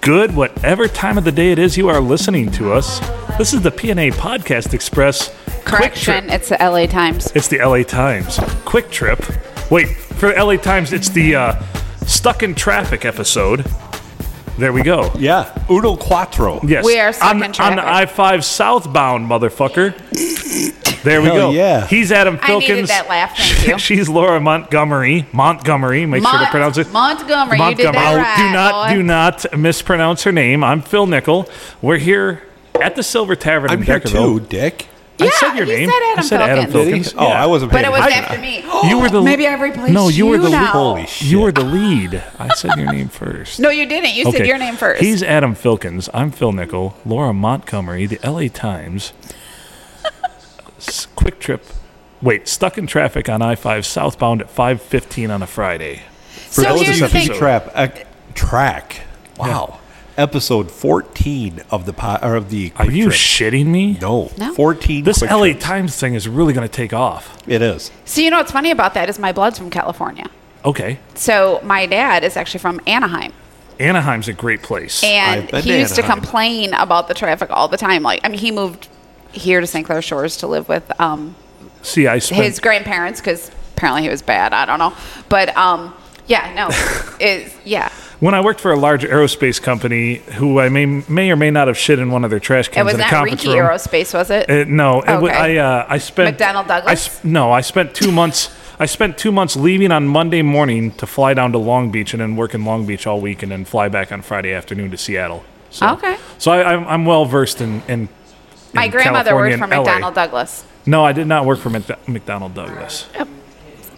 good, whatever time of the day it is you are listening to us. This is the PNA Podcast Express. Quick Correction, trip. it's the LA Times. It's the LA Times. Quick trip. Wait, for the LA Times, it's the uh, stuck in traffic episode. There we go. Yeah, Uno Cuatro. Yes. We are stuck on, in traffic. On I 5 southbound, motherfucker. There we Hell go. yeah. He's Adam I needed Filkins. that laugh, thank you. She's Laura Montgomery. Montgomery. Make sure to Mont- pronounce it. Montgomery, you did that right, do not boy. do not mispronounce her name. I'm Phil Nickel. We're here at the Silver Tavern I'm in here Deckerville. too, Dick. I said Yeah, your he name. said Adam I said Adam Filkins. Did he? Filkins. Oh, Yeah. I wasn't. But paying it was attention. after me. You were the Maybe I replaced No, you were you the now. Holy shit! you were the lead. I said your name first. No, you didn't. You said your name first. He's Adam Filkins. I'm Phil Nickel. Laura Montgomery, the LA Times. S- Quick trip. Wait, stuck in traffic on I-5 southbound at 5:15 on a Friday. For so those here's the of you thing. who trap uh, track. Wow. Episode 14 of the po- or of the. Are Quick you Trip. shitting me? no. No. 14. This Quick LA Trip. Times thing is really going to take off. It is. So you know what's funny about that is my blood's from California. Okay. So my dad is actually from Anaheim. Anaheim's a great place. And I've been he to used to Anaheim. complain about the traffic all the time. Like, I mean, he moved here to St. Clair Shores to live with um, See, I spent his grandparents because apparently he was bad. I don't know, but um, yeah, no, is yeah. when I worked for a large aerospace company, who I may may or may not have shit in one of their trash It cans was in a not conference Reiki room. Aerospace, was it? Uh, no, it w- Okay. I uh, I spent McDonnell Douglas? I sp- no, I spent two months. I spent two months leaving on Monday morning to fly down to Long Beach and then work in Long Beach all week and then fly back on Friday afternoon to Seattle. So, Okay. So I, I'm, I'm well versed in, in My in grandmother California worked for and LA. McDonnell Douglas. No, I did not work for Mc- McDonnell Douglas.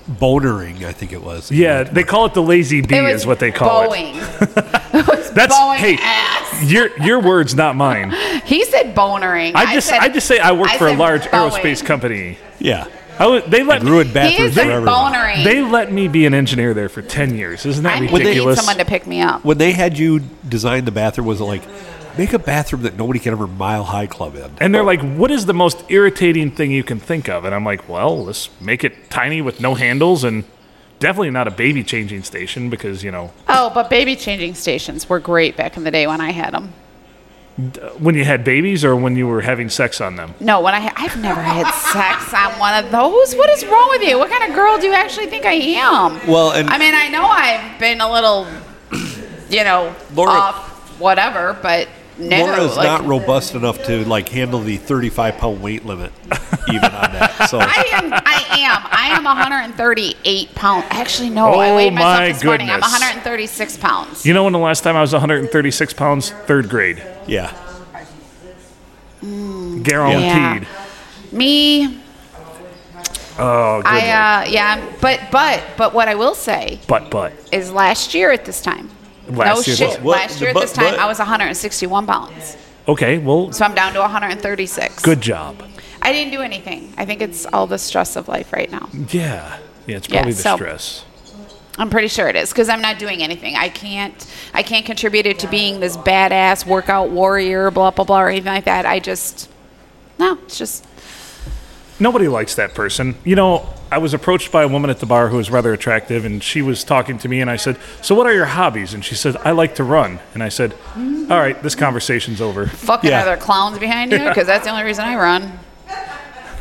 Bonering, I think it was. Yeah, they call it the lazy bee, It was is what they call it. Boeing. It was That's Boeing hey, ass. your your words, not mine. He said bonering. I just said- I just say I work I for a said large Boeing. aerospace company. Yeah. I w- they let me- Ruined He bathrooms said for everyone. bonering. They let me be an engineer there for 10 years. Isn't that I need ridiculous? someone to pick me up. When they had you design the bathroom, was it like make a bathroom that nobody can ever mile high club in? and they're like, what is the most irritating thing you can think of? And I'm like, well, let's make it tiny with no handles and definitely not a baby changing station because, you know, Oh, but baby changing stations were great back in the day when I had them. when you had babies or when you were having sex on them. No, when I ha- I've never had sex on one of those. What is wrong with you? What kind of girl do you actually think I am? Well, and- I mean, I know I've been a little, you know, Laura- off whatever, but no, Laura is like, not robust enough to like handle the 35 pound weight limit, even on that. So I am. I am. I am 138 pounds. Actually, no, I Oh, weighed myself my this morning. I'm goodness. 136 pounds. You know when the last time I was 136 pounds? Third grade. yeah, Guaranteed. Me, Oh, good. I, lord. uh, yeah, I'm- but but but what I will say But, but. is last year at this time. Last no year- shit. What- what- last year at but- this time, but- I was 161 pounds. Okay, well, So I'm down to 136. good job. I didn't do anything. I think it's all the stress of life right now. Yeah. Yeah, it's Yeah, probably the so- stress. I'm pretty sure it is because I'm not doing anything. I can't. I can't contribute it to being this badass workout warrior, blah blah blah, or anything like that. I just no. It's just nobody likes that person. You know, I was approached by a woman at the bar who was rather attractive, and she was talking to me, and I said, "So, what are your hobbies?" And she said, "I like to run." And I said, "All right, this conversation's over." fucking Yeah. other clowns behind you because that's the only reason I run.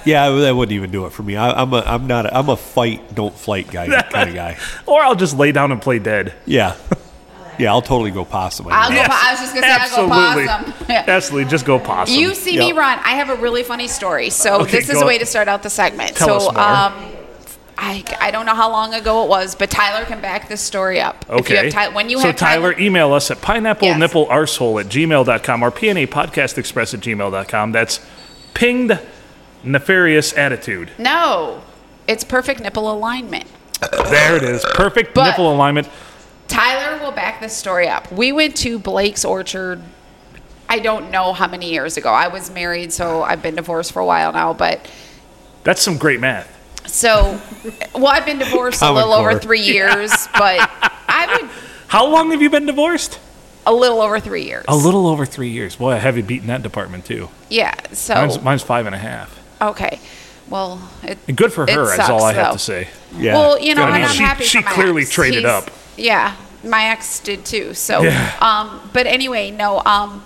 yeah, that wouldn't even do it for me. I, I'm a, I'm not, a, I'm a fight don't flight guy kind of guy. Or I'll just lay down and play dead. Yeah, yeah, I'll totally go possum. I'll I go. po- I was just gonna say absolutely, I'll go possum. Yeah. absolutely, just go possum. You see me Yep. run. I have a really funny story. So Okay, this is go- a way to start out the segment. Tell so us more. um I, I don't know how long ago it was, but Tyler can back this story up. If you Okay. have Ty- when you so have Tyler, email us at pineapple Yes. nipple arsehole at gmail.com or PNA podcast express at gmail.com. That's pinged nefarious attitude. No. It's perfect nipple alignment. There it is. Perfect But- nipple alignment. Tyler will back this story up. We went to Blake's Orchard. I don't know how many years ago. I was married, so I've been divorced for a while now. But That's some great math. so, well, I've been divorced a Common little over core. three years, but I would How long have you been divorced? a little over three years. A little over three years. Boy, I have you beaten that department too. Yeah. So Mine's, mine's five and a half. Okay. Well, it, And good for It her. That's sucks, all I have though. to say. yeah, well, you know, I and mean, I'm she- happy. she for my clearly ex. traded He's- up. Yeah. my ex did too. So, um, but anyway, no. Um,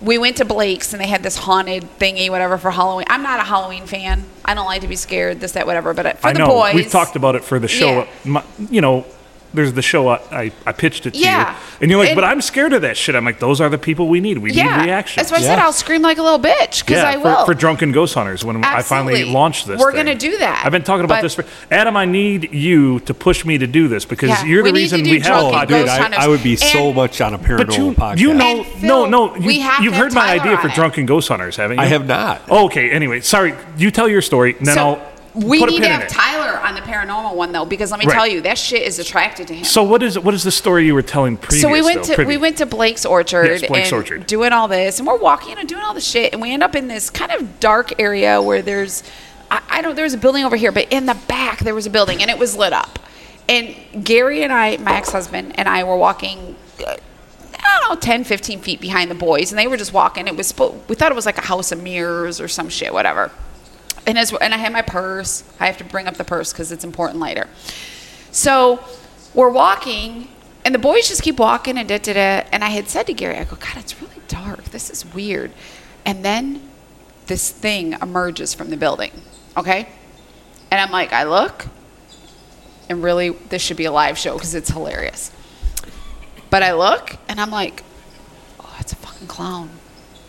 we went to Blake's and they had this haunted thingy, whatever, for Halloween. I'm not a Halloween fan. I don't like to be scared, this, that, whatever. But for I the know boys, we've talked about it for the show. Yeah. My, you know, there's the show I, I, I pitched it to Yeah. you, and you're like, And- but I'm scared of that shit. I'm like, those are the people we need. We yeah, need reaction. That's why I said Yeah. I'll scream like a little bitch because yeah, I for- will. For, drunken ghost hunters. When I finally Absolutely. launched this, We're thing. gonna do that, I've been talking about but- this for Adam. I need you to push me to do this because Yeah, you're the we need to reason do we have a drunken Oh, podcast. Fucking dude, ghost I, hunters. I would be so And- much on a paranormal But you, podcast. you know, And no, Phil, no. You, we have you've to heard my Tyler idea on for it. drunken ghost hunters, haven't you? I have not. Okay. Anyway, sorry. You tell your story, and then so I'll we put a need pin to in have it. Tyler on the paranormal one though, because let me Right. tell you, that shit is attracted to him. So what is what is the story you were telling previous? So we went though, to we previous? went to Blake's Orchard Yes, Blake's and Orchard. doing all this, and we're walking and doing all the shit, and we end up in this kind of dark area where there's I, I don't there was a building over here, but in the back there was a building and it was lit up, and Gary and I, my ex-husband and I, were walking. uh, I don't know, 10, 15 feet behind the boys, and they were just walking. It was, spo- we thought it was like a house of mirrors or some shit, whatever. And as and I had my purse. I have to bring up the purse because it's important later. So we're walking, and the boys just keep walking and da da da. And I had said to Gary, I go, God, it's really dark. This is weird. And then this thing emerges from the building. Okay, and I'm like, I look, and really, this should be a live show because it's hilarious. But I look, and I'm like, oh, that's a fucking clown.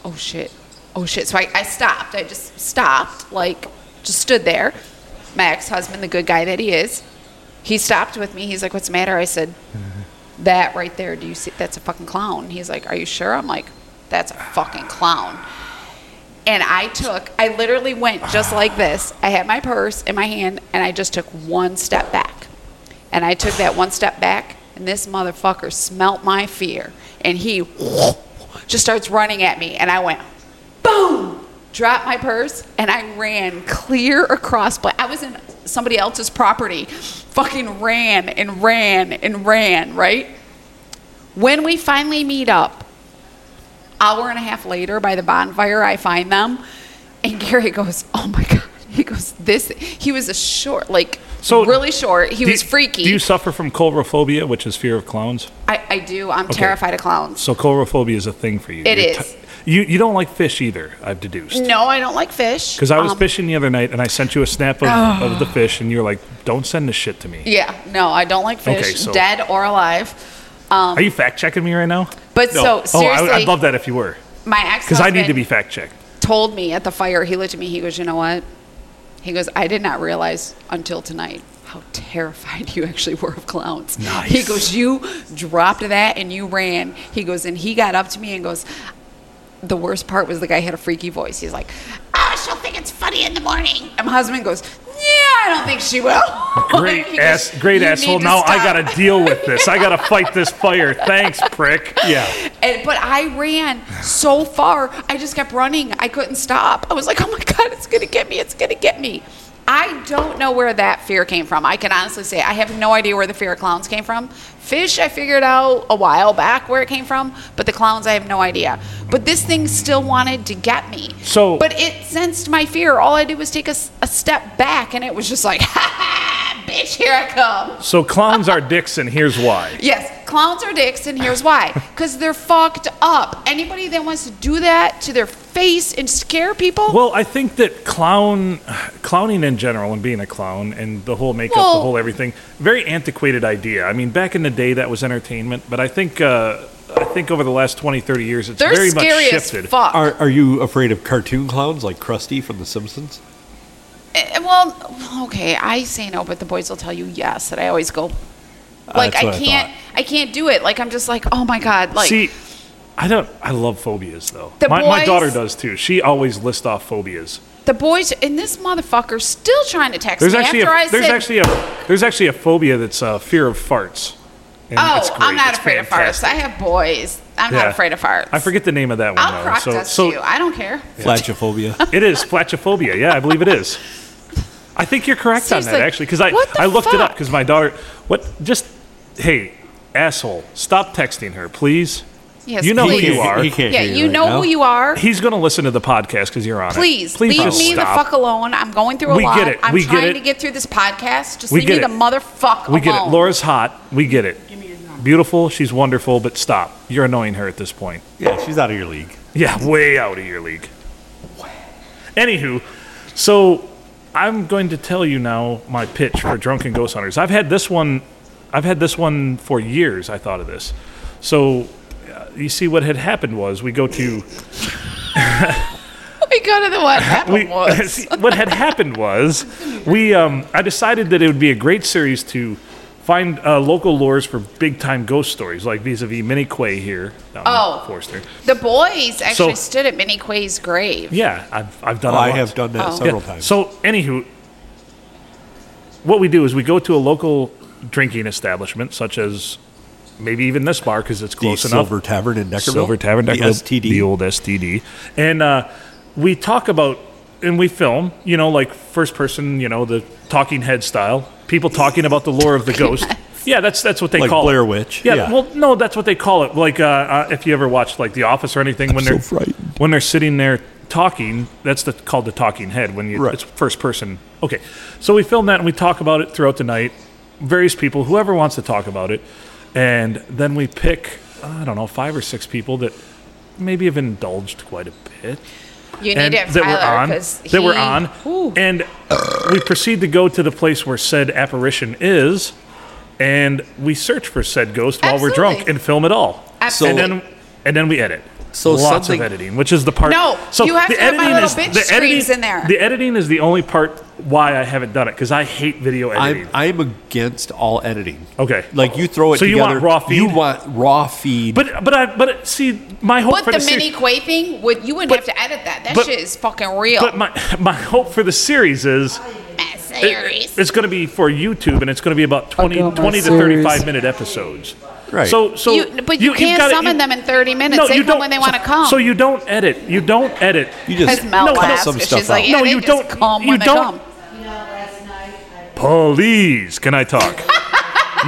Oh shit. Oh shit. So I, I stopped. I just stopped, like, just stood there. My ex husband, the good guy that he is, he stopped with me. He's like, what's the matter? I said, that right there, do you see? That's a fucking clown. He's like, are you sure? I'm like, that's a fucking clown. And I took, I literally went just like this. I had my purse in my hand, and I just took one step back. And I took that one step back, and this motherfucker smelt my fear, and he just starts running at me, and I went, boom, dropped my purse, and I ran clear across. But I was in somebody else's property, fucking ran and ran and ran, right? When we finally meet up, hour and a half later by the bonfire i find them and gary goes oh my god he goes this he was a short like really short he do- was freaky Do you suffer from chlorophobia, which is fear of clowns? I, I do i'm terrified of clowns So chlorophobia is a thing for you. It It is. is. you you don't like fish either. I've deduced. no i don't like fish Because I was Um, fishing the other night and I sent you a snap of, of the fish and you're like, "Don't send this shit to me." yeah no i don't like Okay, fish so- dead or alive Are you fact checking me right now? Um, but so oh, I, seriously would- I'd love that if you were, my ex because I need to be fact checked. told me at the fire he looked at me he goes you know what he goes i did not realize until tonight how terrified you actually were of clowns Nice. he goes you dropped that and you ran he goes and he got up to me and goes the worst part was the guy had a freaky voice he's like oh she'll think it's funny in the morning and my husband goes yeah i don't think she will Great He goes, ass, great "You asshole. need to Now I stop." gotta deal with this. I gotta fight this fire. Thanks, prick. Yeah. And, but I ran so far, I just kept running. I couldn't stop. I was like, oh my God, it's going to get me. It's going to get me. I don't know where that fear came from. I can honestly say I have no idea where the fear of clowns came from. Fish, I figured out a while back where it came from, but the clowns, I have no idea. But this thing still wanted to get me. So- but it sensed my fear. All I did was take a, s- a step back, and it was just like, ha ha, bitch, here I come. So clowns are dicks, and here's why. Yes, clowns are dicks, and here's why. Because they're fucked up. Anybody that wants to do that to their face and scare people, Well, I think that clown, clowning in general, and being a clown, and the whole makeup, the Well- whole everything, very antiquated idea. I mean, back in the day, that was entertainment, but I think uh, I think over the last 20, 30 years, it's they're very scary much as shifted. fuck. Are, are you afraid of cartoon clowns like Krusty from The Simpsons? Eh, well, okay, I say no, but the boys will tell you yes. That I always go, like that's I what I can't, thought. I, can't do it. Like I'm just like, oh my god, like See, I don't. I love phobias though. The my, my boys- daughter does too. She always lists off phobias. the boys and this motherfucker still trying to text There's me actually after I a, there's said, actually a there's actually a phobia that's uh, fear of farts. And it's oh, great. I'm not It's afraid fantastic. of farts. I have boys. I'm not Yeah. afraid of farts. I forget the name of that one. I'll though. crop So- dust so you. I don't care. Flagophobia. It is flatophobia. Yeah, I believe it is. I think you're correct on Seriously, that actually, because I what the I looked it up fuck? because my daughter. What? Just hey, asshole! Stop texting her, please. Yes, you know please. who you are. He can't Yeah, hear you right know now. who you are. He's gonna listen to the podcast because you're on Please, it. leave just me the stop. fuck alone. I'm going through a We lot. get it. I'm We get trying it. to get through this podcast. Just We leave get me it. the motherfuck alone. We get it. Laura's hot. We get it. beautiful, she's wonderful, but stop. You're annoying her at this point. Yeah, she's out of your league. Yeah, way out of your league. Anywho, so I'm going to tell you now my pitch for drunken ghost hunters. I've had this one, I've had this one for years. I thought of this. So uh, you see, what had happened was we go to We go to the what happened we, was. what had happened was we um, I decided that it would be a great series to find uh, local lures for big time ghost stories like vis-a-vis Minnie Quay here. down in Oh. Forster. The boys actually So- stood at Minnie Quay's grave. Yeah, I've I've done. Oh, it I once. have done that Oh. several Yeah, times. So, anywho, what we do is we go to a local drinking establishment, such as maybe even this bar because it's the close enough. Silver Tavern in Deckerville. Silver Tavern, The Deckerville, STD. the old STD, and uh, we talk about and we film, you know, like first person, you know, the talking head style, people talking about the lore of the ghost. Yeah, that's that's what they Like call Blair it. Witch, Yeah, yeah. well, no, that's what they call it. Like uh, uh, if you ever watched like The Office or anything, when so they're frightened. when they're sitting there talking, that's the, called the talking head. When you Right. it's first person. Okay, so we film that and we talk about it throughout the night. Various people, whoever wants to talk about it, and then we pick I don't know five or six people that maybe have indulged quite a bit You and need to have that Tyler we're on 'cause he, that we're on Ooh. and we proceed to go to the place where said apparition is and we search for said ghost while we're drunk Absolutely. and film it all Absolutely. and then and then we edit So lots something- of editing which is the part No, so you have the to have my editing little is bitch the editing, screams in there. the editing is the only part why i haven't done it because i hate video editing I'm I'm against all editing. okay Like you throw it So you together. want raw feed? You want raw feed. but but i but see my whole But the Minnie Quay thing, would you wouldn't But- have to edit that. That but- shit is fucking real. but my my hope for the series is Matt it- Series. it's going to be for YouTube, and it's going to be about 20, I'll go by 20 to series. 35 minute episodes. Right. So, so You- but you you've can't gotta- summon them in 30 minutes. They come when they wanna so, come. So you don't edit. You don't edit. you Because just Mel no, no, laughs some 'cause stuff she's like, out. yeah, No, they you just don't- come you when they don't- come. Please, can I talk?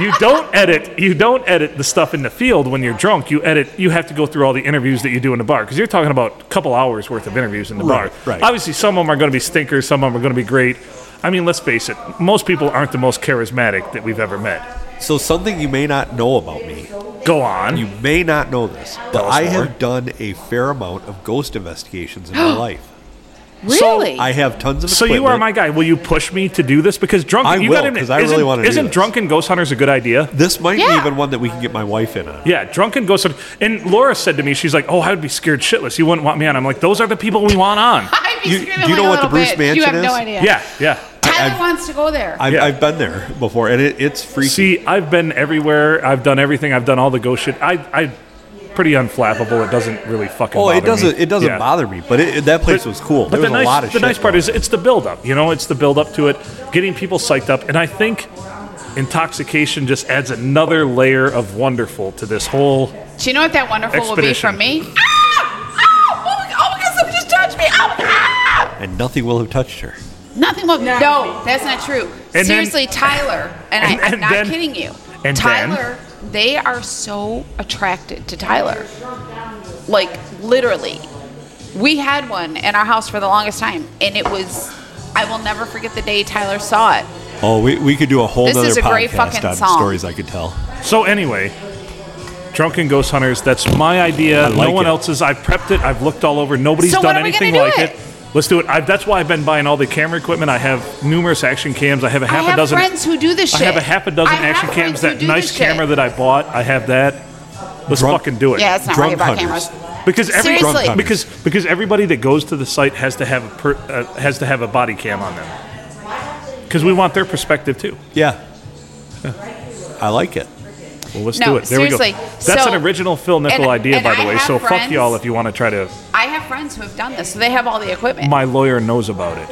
you don't edit. You don't edit the stuff in the field when you're drunk. You edit. You have to go through all the interviews that you do in the bar because you're talking about a couple hours worth of interviews in the Right, bar. right. Obviously, some of them are going to be stinkers. Some of them are going to be great. I mean, let's face it. Most people aren't the most charismatic that we've ever met. So something you may not know about me. Go on. You may not know this, but Tell us I more. have done a fair amount of ghost investigations in my life. Really? I have tons of. So you are equipment. my guy. Will you push me to do this? Because drunken, I you will, gotta admit, 'cause I isn't, really wanna do Isn't this. drunken ghost hunters a good idea? This might Yeah. be even one that we can get my wife in on. Yeah, drunken ghost hunters. And Laura said to me, she's like, "Oh, I would be scared shitless. You wouldn't want me on." I'm like, "Those are the people we want on." I'd be You- do screaming you like know a what the little Bruce bitch. Mansion You have is? no idea. yeah, yeah. Tyler I've- wants to go there. I've, Yeah. I've been there before, and it, it's freaky. See, I've been everywhere. I've done everything. I've done all the ghost shit. I, I, pretty unflappable. It doesn't really fucking. oh, it bother me. doesn't. It doesn't Yeah. bother me, but it, that place was cool. there was the nice, a lot of the shit nice part going is it's the build up. You know, it's the build up to it, getting people psyched up, and I think intoxication just adds another layer of wonderful to this whole. Do you know what that wonderful will be Expedition. from me? Ah! Ah! Oh my god! Oh my god! Someone just touched me! Oh my god! on, and nothing will have touched her. Nothing will. No, that's not true. then- Seriously, Tyler, and, And- I, I'm and not then- kidding you. and Tyler, they are so attracted to Tyler. Like literally, we had one in our house for the longest time, and it was. I will never forget the day Tyler saw it. Oh, we, we could do a whole This nother is a podcast great fucking on song. stories I could tell. So anyway, drunken ghost hunters. That's my idea. like no one it. else's. I've prepped it. I've looked all over. Nobody's So when done are we gonna anything do like it? it. Let's do it. I've, that's why I've been buying all the camera equipment. I have numerous action cams. I have a half I have a dozen. friends who do this shit. I have a half a dozen I have action cams. friends who That do nice this shit. camera that I bought. I have that. Let's Drunk- fucking do it. Yeah, it's not Drunk right about hunters. cameras. Because every Seriously. Drunk hunters. because because everybody that goes to the site has to have a per, uh, has to have a body cam on them. Because we want their perspective too. Yeah, I like it. Well, let's No, do it. There we seriously. go. That's So- an original Phil Nickel and- idea, and by I the way. have So fuck friends- y'all if you want to try to. I have friends who have done this, so they have all the equipment. My lawyer knows about it.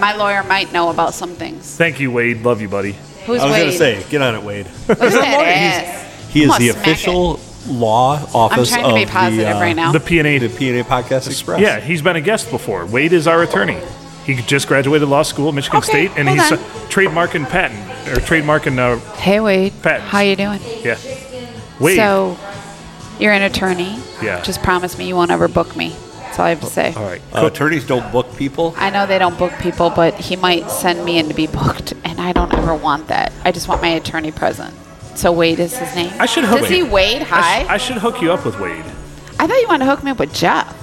My lawyer might know about some things. Thank you, Wade. Love you, buddy. Who's I was Wade? gonna say, get on it, Wade. Look at that ass. He is I'm gonna the smack official law office I'm trying to be of positive the, uh, right now. The P and the A. PNA Podcast Express. Yeah, he's been a guest before. Wade is our attorney. He just graduated law school at Michigan Okay, State, and hold he's on. uh, trademarking patent or trademarking. Uh, hey Wade, Patents. how you doing? yeah, Wade. So, you're an attorney. Yeah. Just promise me you won't ever book me. That's all I have to say. All right. Uh, attorneys don't book people. I know they don't book people, but he might send me in to be booked, and I don't ever want that. I just want my attorney present. So Wade is his name. I should hook Does he Wade. Wade high? I, sh- I should hook you up with Wade. I thought you wanted to hook me up with Jeff.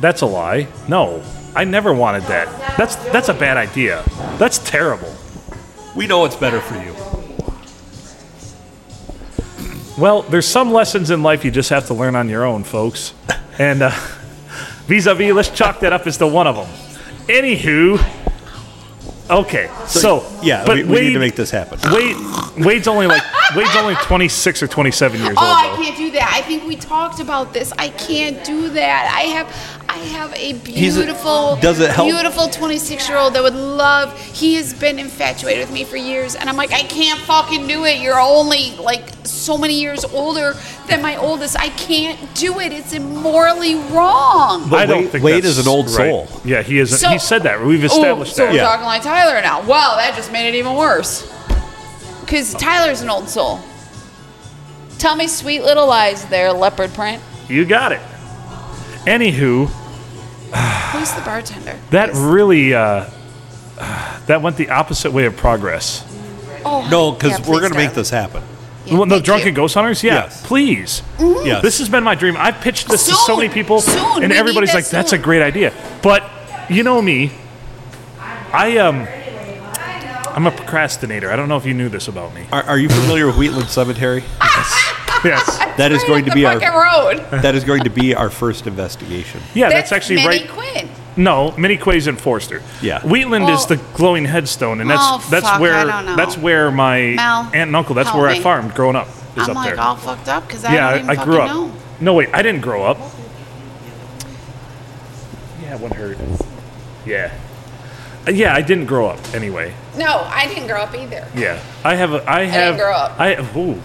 That's a lie. No, I never wanted that. That's that's a bad idea. That's terrible. We know it's better for you. Well, there's some lessons in life you just have to learn on your own, folks. And uh, vis-a-vis, let's chalk that up as the one of them. Anywho, okay. So, Yeah, but we, we Wade, need to make this happen. Wade, Wade's only like Wade's only 26 or 27 years Oh, I old. Though. can't do that. I think we talked about this. I can't do that. I have I have a a- beautiful does it help? beautiful 26-year-old that would love. He has been infatuated with me for years and I'm like, I can't fucking do it. You're only like so many years older than my oldest. I can't do it. It's immorally wrong. I don't Wade- think Wade that's is an old right. soul. Yeah, he is. So- he said that. We've established Ooh, so that. we're Yeah. talking like Tyler now. Wow, that just made it even worse. Cause Tyler's an old soul. Tell me sweet little lies there, leopard print. You got it. Anywho, Who's the bartender? that Yes. really uh, that went the opposite way of progress. oh, No, because yeah, we're please going to make don't. this happen. Yeah, well, no, thank drunken you. ghost hunters. Yeah, Yes. please. Yes. This has been my dream. I've pitched this to so Soon. many people, Soon. We and need everybody's that like, "That's a soon." great idea." But you know me, I um, I'm a procrastinator. I don't know if you knew this about me. Are, are you familiar with Wheatland Cemetery? Yes. That is Right going up to the be our fucking road. that is going to be our first investigation. Yeah, that's, actually Manny right. Quinn. No, Miniquays and Forster. Yeah. Wheatland is Well- the glowing headstone, and that's Oh, that's fuck, I where don't know. that's where my Mel, aunt and uncle. That's help where I me. farmed growing up. Is I'm up like there. all fucked up because I yeah, don't even I, I fucking grew up. know. No, wait, I didn't grow up. Yeah, one hurt. Yeah, Uh, yeah, I didn't grow up anyway. No, I didn't grow up either. Yeah, I have. A, I have. grow up. I ooh,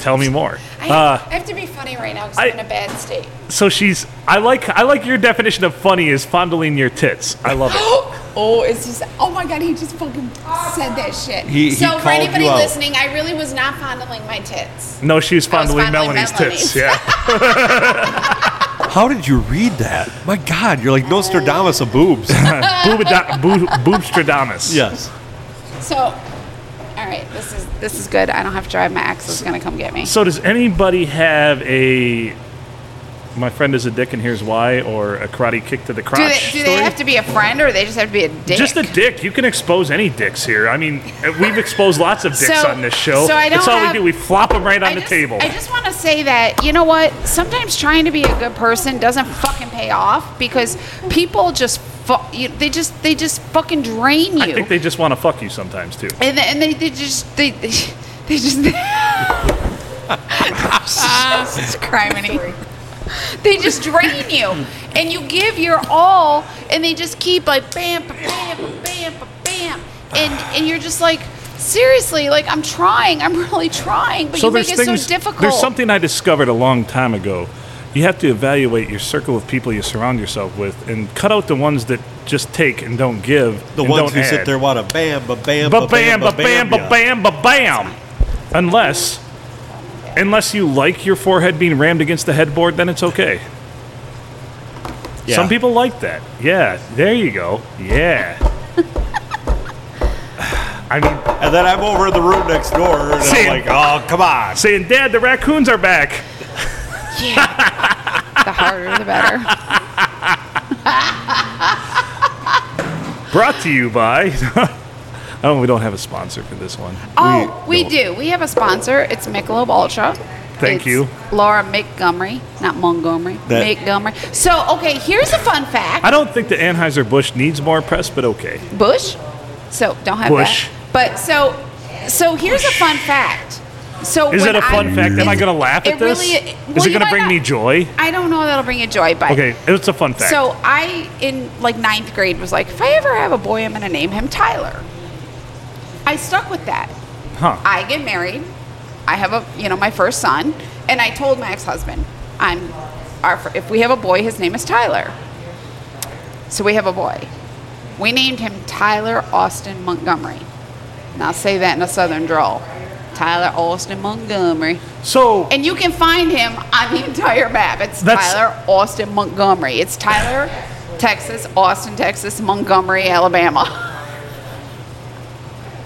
tell me more. I Uh, have, I have to be funny right now because I- I'm in a bad state. so she's. I like. I like your definition of funny is fondling your tits. I love it. oh, it's just. Oh my god, he just fucking said that shit. He- he so called for anybody you out. listening, I really was not fondling my tits. No, she's I was fondling, fondling Melanie's Melanie's. tits. Yeah. How did you read that? My God, you're like Nostradamus of boobs. Boobada- boo- boobstradamus. yes. So, all right, this is this is good. I don't have to drive. My ex is gonna come get me. So does anybody have a? My friend is a dick, and here's why, or a karate kick to the crotch Do they, story? do they have to be a friend or they just have to be a dick? Just a dick. You can expose any dicks here. I mean, we've exposed lots of dicks So- on this show. so I don't That's all have- we do. We flop them right on I the just, table. I just want to say that you know what? Sometimes trying to be a good person doesn't fucking pay off because people just fu- you, they just they just fucking drain you, I think they just want to fuck you sometimes too. and they, and they, they just they they they just Ah, criminy. They just drain you, and you give your all, and they just keep like bam, ba- bam, ba- bam, ba- bam, and and you're just like. Seriously, like I'm trying, I'm really trying, but you make it so difficult. There's something I discovered a long time ago. You have to evaluate your circle of people you surround yourself with, and cut out the ones that just take and don't give. The and ones don't who add. sit there want a bam, ba bam, ba bam, ba bam, ba ya. bam, ba bam. Unless, unless you like your forehead being rammed against the headboard, then it's okay. Yeah. Some people like that. Yeah, there you go. Yeah. I mean, And then I'm over in the room next door, and Same. I'm like, oh, come on. saying, Dad, the raccoons are back. the harder the better. Brought to you by. oh, we don't have a sponsor for this one. Oh, we, don't. do. We have a sponsor. It's Michelob Ultra. Thank It's you. Laura Montgomery, not Montgomery. That- Montgomery. So, okay, here's a fun fact. I don't think the Anheuser Busch needs more press, but okay. Bush. So don't have Bush. that. But so, so here's a fun fact. So Is when it a fun I- fact? Am I it's- going to laugh it at this? really- Is well, it going you to might bring not- me joy? I don't know. That'll bring you joy, but Okay, it's a fun fact. So I, in like ninth grade, was like, if I ever have a boy, I'm gonna name him Tyler. I stuck with that. Huh. I get married. I have a, you know, my first son, and I told my ex-husband, I'm, our, fir- if we have a boy, his name is Tyler. So we have a boy. We named him Tyler Austin Montgomery. Now say that in a southern drawl. Tyler Austin Montgomery. so And you can find him on the entire map. It's That's- Tyler Austin Montgomery. It's Tyler, Texas, Austin, Texas, Montgomery, Alabama.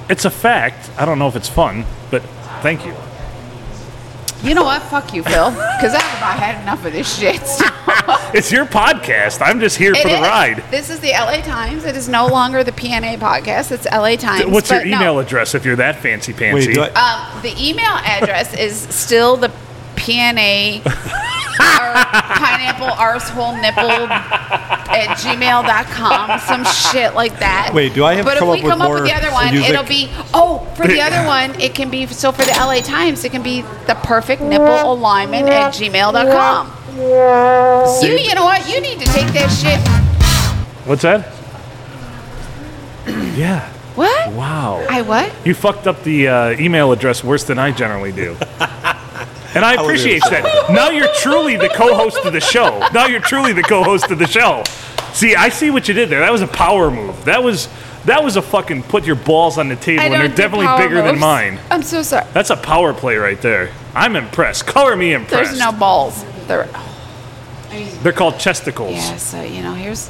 it's a fact. I don't know if it's fun, but Thank you. You know what? Fuck you, Phil. Because I've about had enough of this shit. It's your podcast. I'm just here for It the is. ride. This is the LA Times. It is no longer the PNA podcast. It's LA Times. What's your but no. email address if you're that fancy Wait, pantsy? do I, Um, the email address is still the PNA or pineapple arsehole nipple at gmail.com, some shit like that. Wait, do I have to But come if up we with come up with more the other one, music? it'll be oh, for the other one, it can be so for the LA Times, it can be the perfect nipple alignment at gmail.com. You, you know what? You need to take that shit. What's that? yeah. What? Wow. I what? You fucked up the uh, email address worse than I generally do. And I appreciate that. Now you're truly the co-host of the show. Now you're truly the co-host of the show. See, I see what you did there. That was a power move. That was that was a fucking put your balls on the table, I and they're don't do definitely power bigger than moves. mine. I'm so sorry. That's a power play right there. I'm impressed. Color me impressed. There's no balls. There. They're called chesticles. Yeah, so you know, here's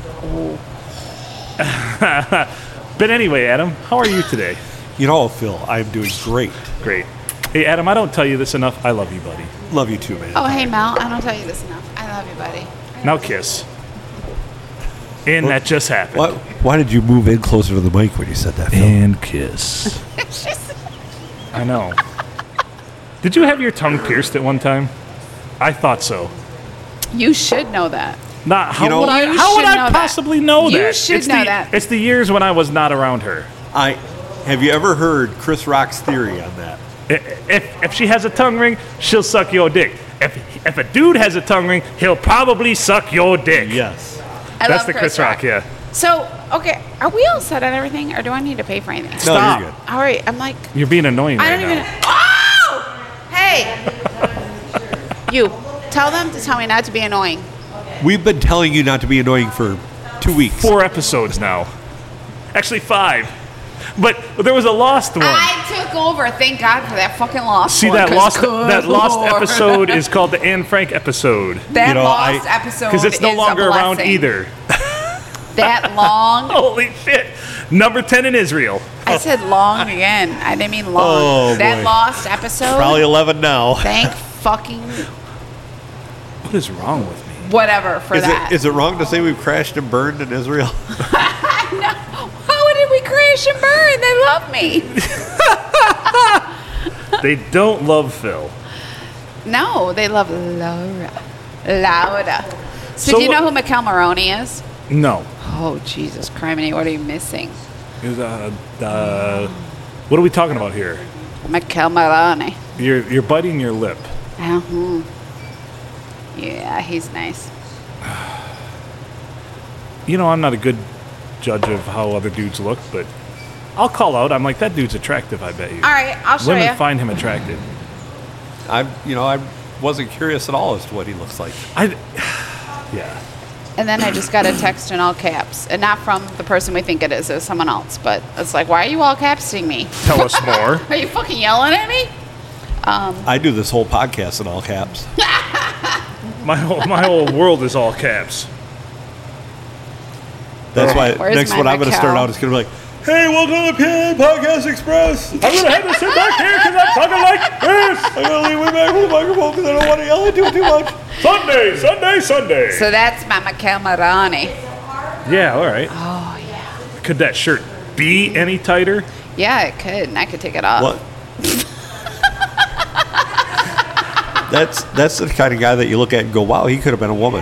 But anyway, Adam, how are you today? you know, Phil, I'm doing great. Great. Hey, Adam, I don't tell you this enough. I love you, buddy. Love you too, man. Oh, hey, Mel, I don't tell you this enough. I love you, buddy. Now kiss. And that just happened. Why, why did you move in closer to the mic when you said that? Phil? And kiss. It's just, I know. Did you have your tongue pierced at one time? I thought so. you should know that. Not how know- would I? You How would should I know that. possibly know You that? should it's know the, that. It's the years when I was not around her. I have you ever heard Chris Rock's theory on that? I- If, if she has a tongue ring, she'll suck your dick. If, if a dude has a tongue ring, he'll probably suck your dick. Yes. I That's love the Chris Rock, yeah. So, okay, are we all set on everything, or do I need to pay for anything? No, Stop. you're good. All right, I'm like, You're being annoying I right don't now. even. Oh, hey, you tell them to tell me not to be annoying. We've been telling you not to be annoying for two weeks. Four episodes now. Actually, five. But there was a lost one. I took over. Thank God for that fucking lost. See one, that 'cause lost good that lost Lord. episode is called the Anne Frank episode That You know, lost I- episode because it's no is a longer around blessing. either. That long Holy shit! Number ten in Israel. I said long again. I didn't mean long. Oh, that boy. lost episode. Probably 11 now. Thank fucking What is wrong with me? whatever for Is that. it, is it wrong to say we've crashed and burned in Israel? no. How did we crash and burn? They love me. They don't love Phil. No, they love Laura. Laura. So, So do you know what- who Mikel Maroney is? No. Oh Jesus Criminy, what are you missing? Is, uh, uh, what are we talking about here? Mikel Maroney. You're you're biting your lip. Uh-huh. Yeah, he's nice. You know I'm not a good judge of how other dudes look, but I'll call out. I'm like that dude's attractive. I bet you. All right, I'll show Women you. find him attractive. I, you know, I wasn't curious at all as to what he looks like. I. Yeah. And then I just got a text in all caps, and not from the person we think it is, it was someone else. But it's like, why are you all capsing me? Tell us more. Are you fucking yelling at me? I do this whole podcast in all caps. My whole my whole world is all caps. That's why Where's next my one I'm going to Raquel? start out is going to be like, "Hey, welcome to PA Podcast Express. I'm I'm gonna have to sit back here because I'm talking like this. going to lean way back from the microphone because I don't want to yell into it too much." Sunday, Sunday, Sunday. So that's my Mikel Marani. yeah, all right. Oh yeah. Could that shirt be any tighter? Yeah, it could, and I could take it off. What? that's that's the kind of guy that you look at and go, "Wow, he could have been a woman."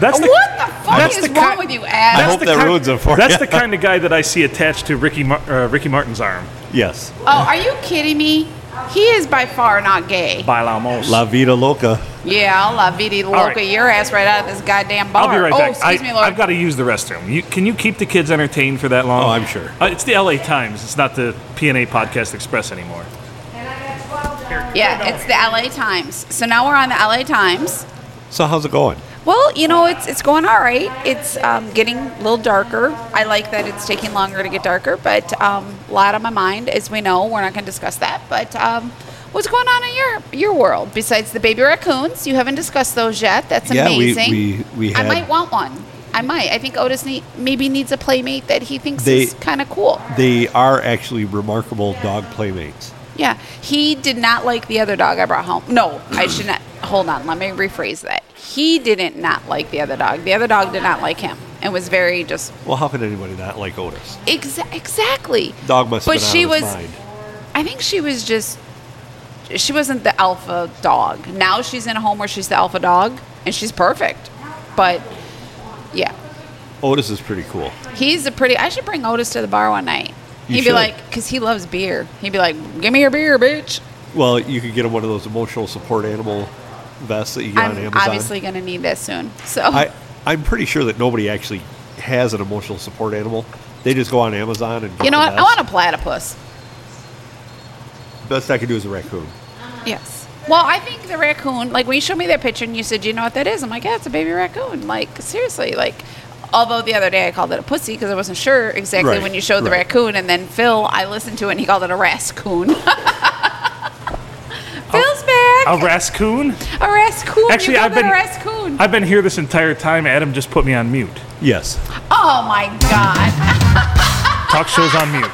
That's the. What the fuck That's is the wrong ki- with you, I Adam? hope that ruins it for That's ya. the kind of guy that I see attached to Ricky Mar- uh, Ricky Martin's arm. Yes, Oh, are you kidding me? He is by far not gay. Bailamos. La Vida Loca. Yeah, I'll la vidi loca right. your ass right out of this goddamn bar. I'll be right oh, back. excuse I, me, Lord. I've got to use the restroom. You, can you keep the kids entertained for that long? Oh, I'm sure. Uh, it's the LA Times. It's not the PNA Podcast Express anymore. yeah, it's the LA Times. So now we're on the LA Times. So how's it going? Well, you know, it's it's going all right. It's um, getting a little darker. I like that it's taking longer to get darker, but um, a lot on my mind, as we know. We're not going to discuss that. But um, what's going on in your your world besides the baby raccoons? You haven't discussed those yet. That's Yeah, we- amazing. we- we I had- might want one. I might. I think Otis need, maybe needs a playmate that he thinks They- is kind of cool. They are actually remarkable dog playmates. Yeah, he did not like the other dog I brought home. No, I should not. Hold on, let me rephrase that. He didn't not like the other dog. The other dog did not like him and was very just Well, how could anybody not like Otis? exa- exactly. Dog must have But been out she of his was. mind. I think she was just. She wasn't the alpha dog. Now she's in a home where she's the alpha dog, and she's perfect. But yeah, Otis is pretty cool. he's a pretty. I should bring Otis to the bar one night. You He'd be should. like, because he loves beer. He'd be like, "Give me your beer, bitch." Well, you could get him one of those emotional support animal vests that you get I'm on Amazon. obviously gonna need this soon. So I, I'm pretty sure that nobody actually has an emotional support animal. They just go on Amazon and get you know the what? I Best. want a platypus. Best I could do is a raccoon. Yes. Well, I think the raccoon. Like when you showed me that picture and you said, "You know what that is?" I'm like, "Yeah, it's a baby raccoon." Like seriously, like. Although the other day I called it a pussy because I wasn't sure exactly Right, when you showed the right. raccoon, and then Phil, I listened to it and he called it a rascoon. Oh, Phil's back. A rascoon? a rascoon. oh, Actually, you called I've been it a rascoon. I've been here this entire time. Adam just put me on mute. Yes. oh my god! Talk shows on mute.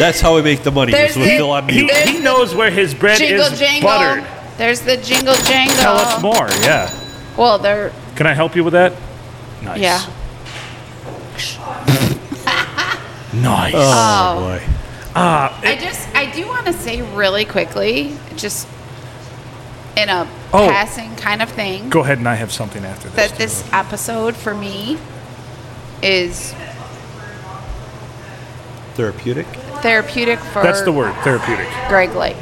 That's how we make the money. There's Is with the- Phil on He, mute. he knows where his bread Jingle is jangle. buttered. There's the jingle jangle. Tell us more. Yeah. Well, they're Can I help you with that? Nice. yeah. Nice. Uh, Oh, boy. I just I do want to say really quickly, just in a Oh. passing kind of thing, Go ahead and I have something after this. that this episode for me is Therapeutic. therapeutic for That's the word, therapeutic. Greg Lake.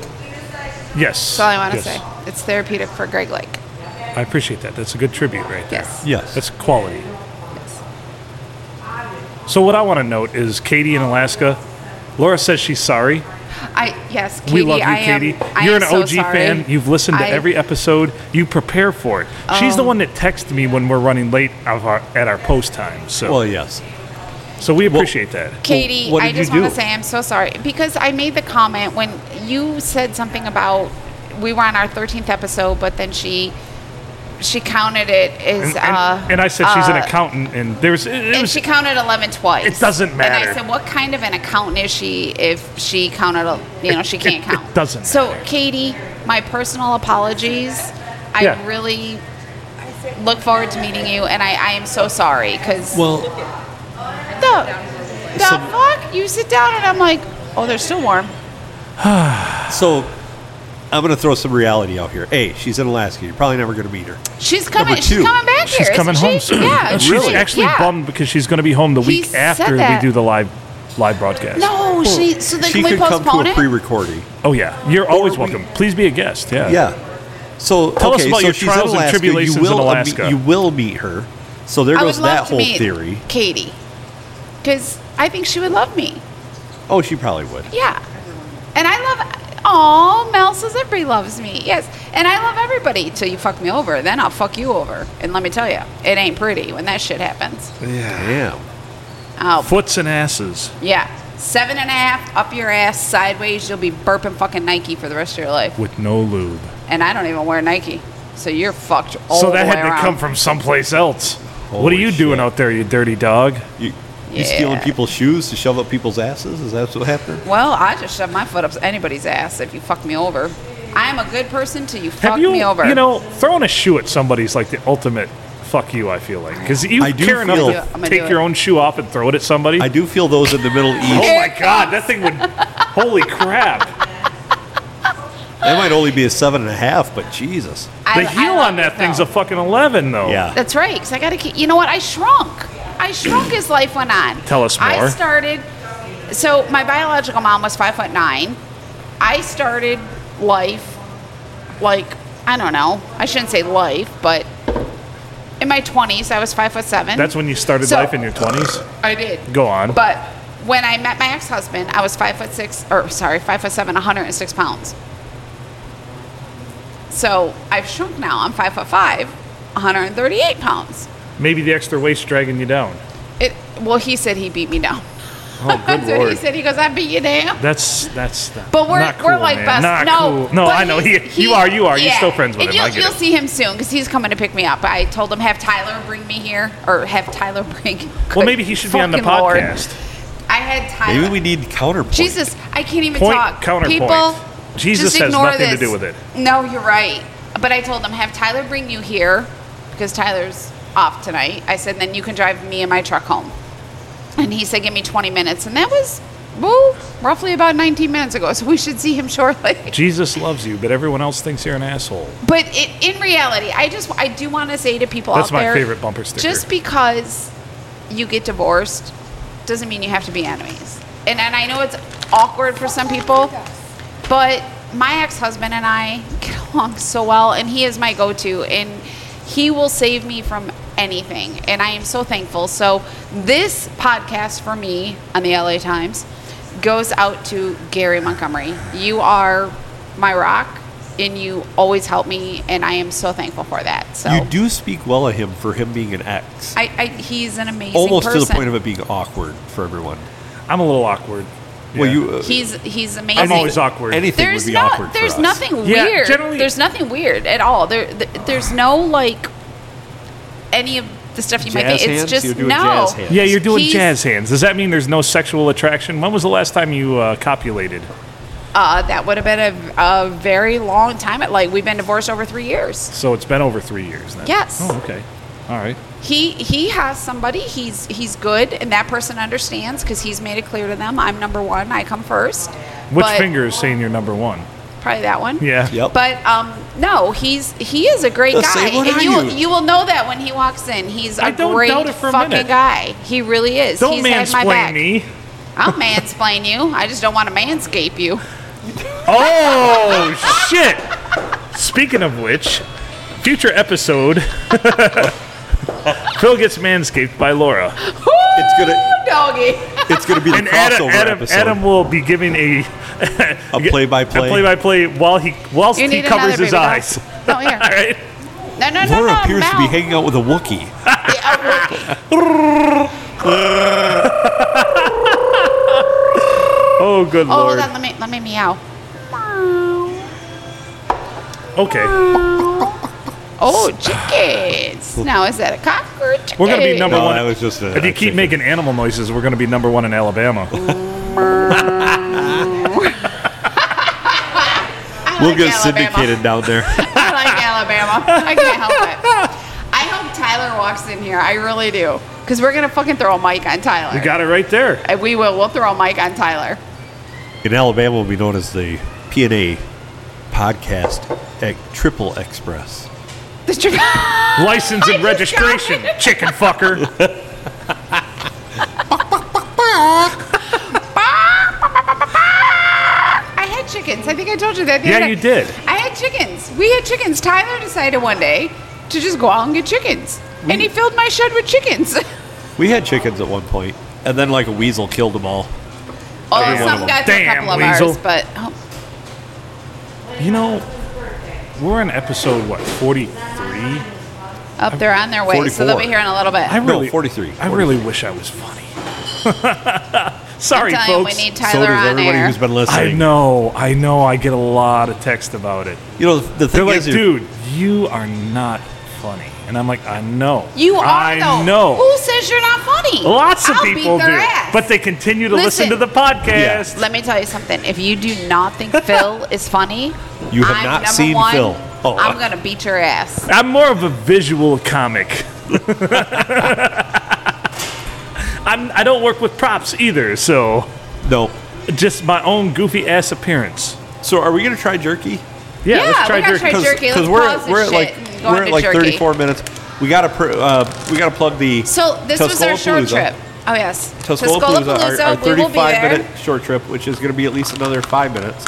Yes. That's all I want to yes. say. It's therapeutic for Greg Lake. I appreciate that. That's a good tribute right there. Yes. Yes. That's quality. Yes. So what I want to note is Katie in Alaska. Laura says she's sorry. I yes. Katie, we love you, I am, Katie. I You're am an so OG sorry. fan. You've listened to I- every episode. You prepare for it. She's the Oh. one that texted me when we're running late of our, at our post time. So, well, yes. so we appreciate that. Katie, Well, what I did you just want to do? say I'm so sorry because I made the comment when you said something about we were on our 13th episode, but then she she counted it And, as uh, and, and I said she's an uh, accountant, and there's it, it And was she counted 11 twice. It doesn't matter. And I said, what kind of an accountant is she if she counted, a- you know, It- she can't it- it count? doesn't So, matter. Katie, my personal apologies. I Yeah. really look forward to meeting you, and I, I am so sorry because Well, the, the some- fuck? You sit down, and I'm like, oh, they're still warm. so I'm going to throw some reality out here. Hey, she's in Alaska. You're probably never going to meet her. She's coming. Number She's two, coming back here. she's coming isn't home she? soon. Yeah, she's really? actually yeah. bummed because she's going to be home the He week said after we that. do the live live broadcast. No, she. So then can she we could come postpone to a it? pre-recording. Oh yeah, you're always we- welcome. Please be a guest. Yeah. Yeah. So Tell us okay, about so your she's in trials and Alaska. tribulations you in will um, Alaska. you will meet her. So there I goes would love that to whole meet theory. Katie, because I think she would love me. Oh, she probably would. Yeah. And I love, all Mel says everybody loves me. Yes. And I love everybody till you fuck me over. Then I'll fuck you over. And let me tell you, it ain't pretty when that shit happens. Yeah. Oh, Foots and asses. yeah. Seven and a half up your ass sideways. You'll be burping fucking Nike for the rest of your life. with no lube. And I don't even wear Nike. So you're fucked all so the that way had to around. come from someplace else. what are Holy you doing out there, you dirty dog? You, Yeah. you stealing people's shoes to shove up people's asses? Is that what happened? Well, I just shove my foot up anybody's ass if you fuck me over. I'm a good person till you fuck Have you, me over. you know, throwing a shoe at somebody's like the ultimate fuck you. I feel like because you I do care enough feel- to I'm gonna do take it. your own shoe off and throw it at somebody. I do feel those in the Middle oh East. Here my it god, that thing would. holy crap! That might only be a seven and a half, but Jesus. I- the I heel love on that it, thing's though. a fucking eleven though. Yeah. That's right, because I got to keep. You know what? I shrunk. I shrunk as life went on. Tell us I more. started. So my biological mom was five foot nine. I started life, like I don't know. I shouldn't say life, but in my twenties, I was five foot seven. That's when you started So- life in your twenties. I did. Go on. But when I met my ex-husband, I was five foot six, or sorry, five foot seven, 106 pounds. So I've shrunk now. I'm five foot five, 138 pounds. Maybe the extra weight's dragging you down. It, well, he said he beat me down. Oh That's what he said. He goes, I beat you down. That's that's. That, But we're, not cool, we're like man. best. Not no, cool. no, but I know. He, he's- you he- are, you are. You're yeah. still friends with and him. You'll, I get you'll it. see him soon because he's coming to pick me up. I told him have Tyler bring me here or have Tyler bring. well, maybe he should be on the Fucking Lord. podcast. I had time. Maybe we need counterpoint. Jesus, I can't even Point, talk. counterpoint. People, Jesus just has ignore nothing to this. do with it. No, you're right. But I told them have Tyler bring you here because Tyler's off tonight. I said then you can drive me and my truck home. And he said give me 20 minutes, and that was woo, roughly about 19 minutes ago. So we should see him shortly. Jesus loves you, but everyone else thinks you're an asshole. But it, in reality, I just I do want to say to people That's out my there, favorite bumper sticker. Just because you get divorced doesn't mean you have to be enemies. And and I know it's awkward for some people, but my ex-husband and I get along so well, and he is my go-to, and he will save me from anything, and I am so thankful. So this podcast for me on the LA Times goes out to Gary Montgomery. You are my rock, and you always help me, and I am so thankful for that. So You do speak well of him for him being an ex. I, I, he's an amazing Almost person. to the point of it being awkward for everyone. I'm a little awkward. Well, Yeah. you. Uh, he's he's amazing. I'm always awkward. Anything There's would be no, awkward. there's for us. nothing Yeah, weird. generally- there's nothing weird at all. There, th- there's no like any of the stuff you might Jazz think. It's hands? just You're doing no. jazz hands. Yeah, you're doing He's- jazz hands. Does that mean there's no sexual attraction? When was the last time you uh, copulated? Uh, that would have been a, a very long time. At like we've been divorced over three years. So it's been over three years then. Yes. Oh, okay. All right. He he has somebody. He's he's good, and that person understands because he's made it clear to them. I'm number one. I come first. Which But- finger is saying you're number one? Probably that one. Yeah. Yep. But um, no, he's he is a great The guy, same one and are you you. you will know that when he walks in. He's a I don't great doubt it for a fucking minute. guy. He really is. Don't he's had my mansplain back. me. I'll mansplain you. I just don't want to manscape you. Oh shit! Speaking of which, future episode. Phil gets manscaped by Laura, It's gonna. Woo, doggy. It's gonna be the and Adam, crossover Adam, episode. Adam will be giving a a play-by-play. a play-by-play while he whilst You he need covers another his baby doll. eyes. No, here. All right. No, no, no, Laura no. appears to be Mel. hanging out with a Wookiee. Oh, good Oh, lord. hold on. Let me let me meow. Okay, Oh, chickens. now is that a cock or a chicken? we're gonna be number No, one. that was just a- if you keep making animal noises, we're gonna be number one in Alabama. I We'll like Alabama. get syndicated down there. I like Alabama. I can't help it. I hope Tyler walks in here. I really do. Because we're going to fucking throw a mic on Tyler. You got it right there. Uh, we will. We'll throw a mic on Tyler. In Alabama, will be known as the P and A podcast at Triple Express. The tri- License and I just got registration, it. chicken fucker. I had chickens. I think I told you that. the Yeah, other you day. did. I had chickens. We had chickens. Tyler decided one day to just go out and get chickens. and he filled my shed with chickens. We had chickens at one point, and then like a weasel killed them all. Oh, Every one some of them. got to a Damn, couple of weasel. ours, but oh, You know, we're on episode what forty three. up they're on their way, so they'll be 44. here in a little bit. I No, really 43. I really wish I was funny. Sorry, I'm telling folks. you, we need so Tyler does on everybody air. who's been I listening. know, I know. I get a lot of text about it. You know the They're thing like, is, you- dude, you are not funny, and I'm like, I know. You are I though. know. Who says you're not funny? Lots of I'll people beat their do, ass. but they continue to listen, Listen. to the podcast. let me tell you something. If you do not think Phil is funny, You have I'm not number seen one. Phil. Oh. I'm gonna beat your ass. I'm more of a visual comic. I'm, I don't work with props either, so uh, no. just my own goofy ass appearance. So are we gonna try jerky? Yeah, Yeah, let's try we gotta try jerky. Hey, jerky, let's we're pause at, this we're at shit like and go we're at into like jerky. 34 minutes. We gotta pr- uh, we gotta plug the So this was our short Tuscaloosa. trip. Oh yes, Tuscaloosa, our, our we will be 35 there. minute short trip, which is going to be at least another five minutes.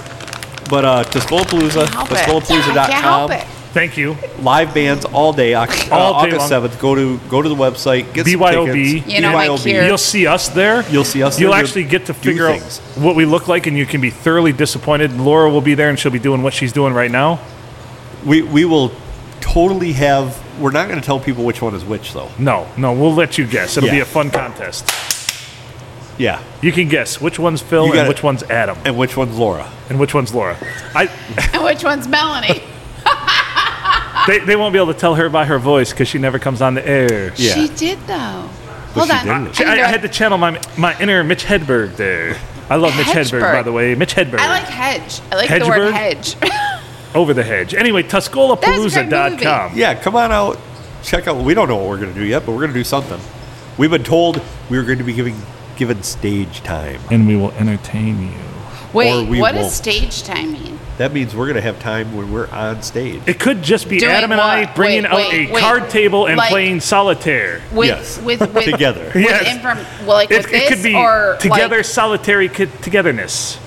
But uh, Tuscalapalooza, Help it. Can't help Tuscalapalooza.com, it. Thank you. live bands all day, Oc- uh, All day August long. 7th. Go to go to the website, get some BYOB. tickets. You know, my BYOB. cure. You'll see us there. You'll see us there. You'll You'll actually get to do figure out things. what we look like, and you can be thoroughly disappointed. Laura will be there, and she'll be doing what she's doing right now. We, we will totally have, we're not going to tell people which one is which, though. No, no, we'll let you guess. It'll be Yeah. a fun contest. Yeah. You can guess which one's Phil You and gotta- which one's Adam And which one's Laura? and which one's Laura. I And which one's Melanie? they, they won't be able to tell her by her voice because she never comes on the air. Yeah. She did though. Hold she on. didn't. I, Ch- can I, do I it. had to channel my my inner Mitch Hedberg there. I love Mitch Hedberg, Hedgeberg. by the way. Mitch Hedberg. I like hedge. I like the word hedge. Over the Hedge. Anyway, Tuscolapalooza.com. Yeah, come on out. Check out. We don't know what we're going to do yet, but we're going to do something. We've been told we were going to be giving given stage time. And we will entertain you. Wait, we what won't. does stage time mean? That means we're going to have time when we're on stage. It could just be Doing Adam and I what? bringing Wait, out wait, a wait. card table and Like- playing solitaire. With Yes. with, with Together. With Yes. inform- well, like It, with it this could be or together like, solitary co- togetherness.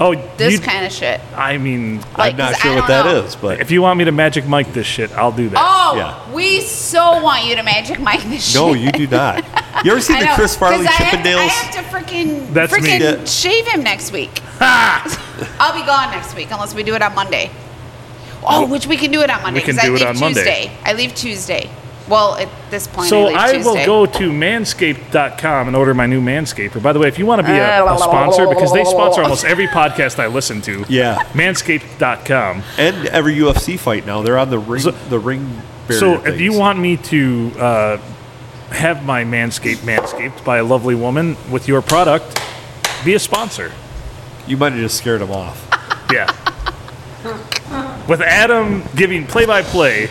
Oh, this you, kind of shit. I mean, Like, I'm not 'cause sure I what don't that know. is, but if you want me to magic mic this shit, I'll do that. Oh, Yeah. we so want you to magic mic this no, shit. you do not. You ever seen I the know, Chris Farley 'cause I have- I Chippendales? have, to freaking That's me. freaking Yeah. shave him next week. I'll be gone next week unless we do it on Monday. Oh, which we can do it on Monday can because I do it leave on Monday. Tuesday. I leave Tuesday. Well, at this point, So I I, leave Tuesday. will go to manscaped.com and order my new manscaper. By the way, if you want to be Eh, a, a sponsor, because they sponsor almost every podcast I listen to. Yeah. Manscaped.com. and every UFC fight now, they're on the ring. the ring. barrier So if things. you want me to uh, have my manscaped manscaped by a lovely woman with your product, be a sponsor. you might have just scared them off. Yeah. with Adam giving play by play.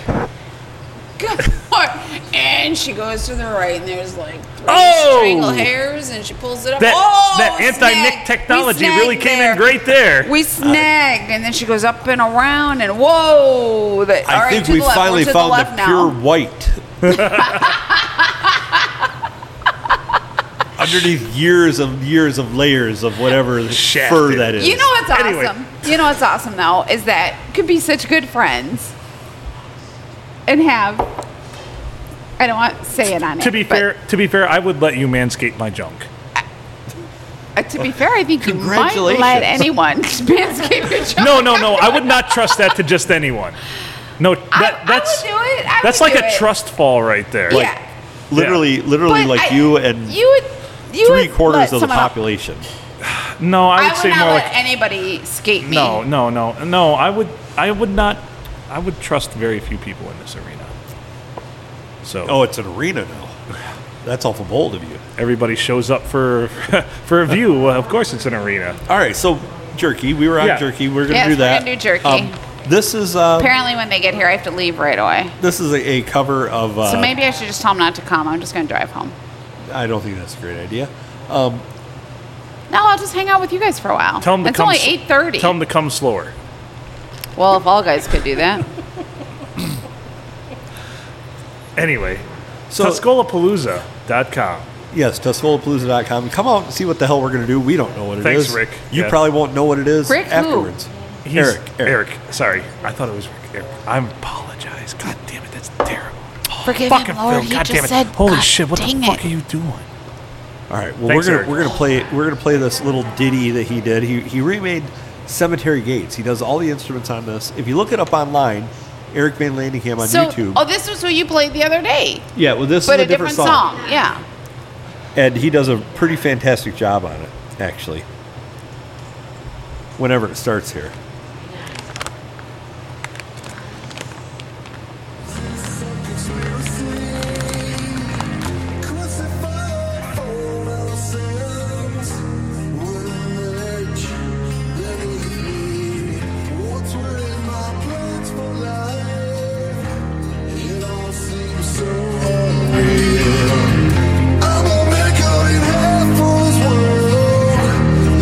Good lord. And she goes to the right, and there's like three Oh! strangle hairs, and she pulls it up. That, oh, that we anti Nick snagged. technology We snagged really came there. in great Uh, there. We snagged, and then she goes up and around, and whoa! The, all I right, think to we the left, finally we're to found the, the, left pure Now. white. Underneath years of years of layers of whatever fur Shafted. that is. You know what's awesome? Anyway. You know what's awesome though is that you could be such good friends and have. I don't want to say it on it. To be but, fair, to be fair, I would let you manscape my junk. uh, to be fair, I think you might Congratulations. let anyone manscape your job. No, no, no. I would not trust that to just anyone. No, that, I that's would do it. I that's would like do a it. trust fall right there. Yeah. literally, literally But like I- you and you would you three would quarters let of the someone else- population. Like, no, I I would would say not more let like anybody skate me. no, no, no, no. I would, I would not, I would trust very few people in this arena. So Oh, it's an arena now. That's awful bold of you. everybody shows up for for a view. Well, of course, it's an arena. All right, so jerky. We were on Yeah. jerky. We're gonna Yes, do we're that. Um, gonna do jerky. this is uh, Apparently, when they get here, I have to leave right away. this is a, a cover of. Uh, So maybe I should just tell them not to come. I'm just going to drive home. I don't think that's a great idea. No, I'll just hang out with you guys for a while. Tell them to it's come. only s- eight thirty. Tell them to come slower. Well, if all guys could do that, Anyway, So- Tuscolapalooza.com. Yes, TuscolaPalooza.com. Come out and see what the hell we're going to do. We don't know what it is. Thanks, Rick. You Yeah. probably won't know what it is Rick who? afterwards. He's- Eric, Eric. Sorry, I thought it was Rick. Eric. I apologize. God damn it, that's terrible. forgive Fucking him, Lord. Phil, He God just damn it. said, Holy "God shit, what dang the fuck it." are you doing? All right. Well, Thanks, we're Eric. gonna we're gonna play we're gonna play this little ditty that he did. He he remade Cemetery Gates. He does all the instruments on this. If you look it up online, Eric Van Landingham on so, YouTube. oh, this was what you played the other day, yeah, well, this but is a different, song. Yeah. and he does a pretty fantastic job on it, actually. Whenever it starts here,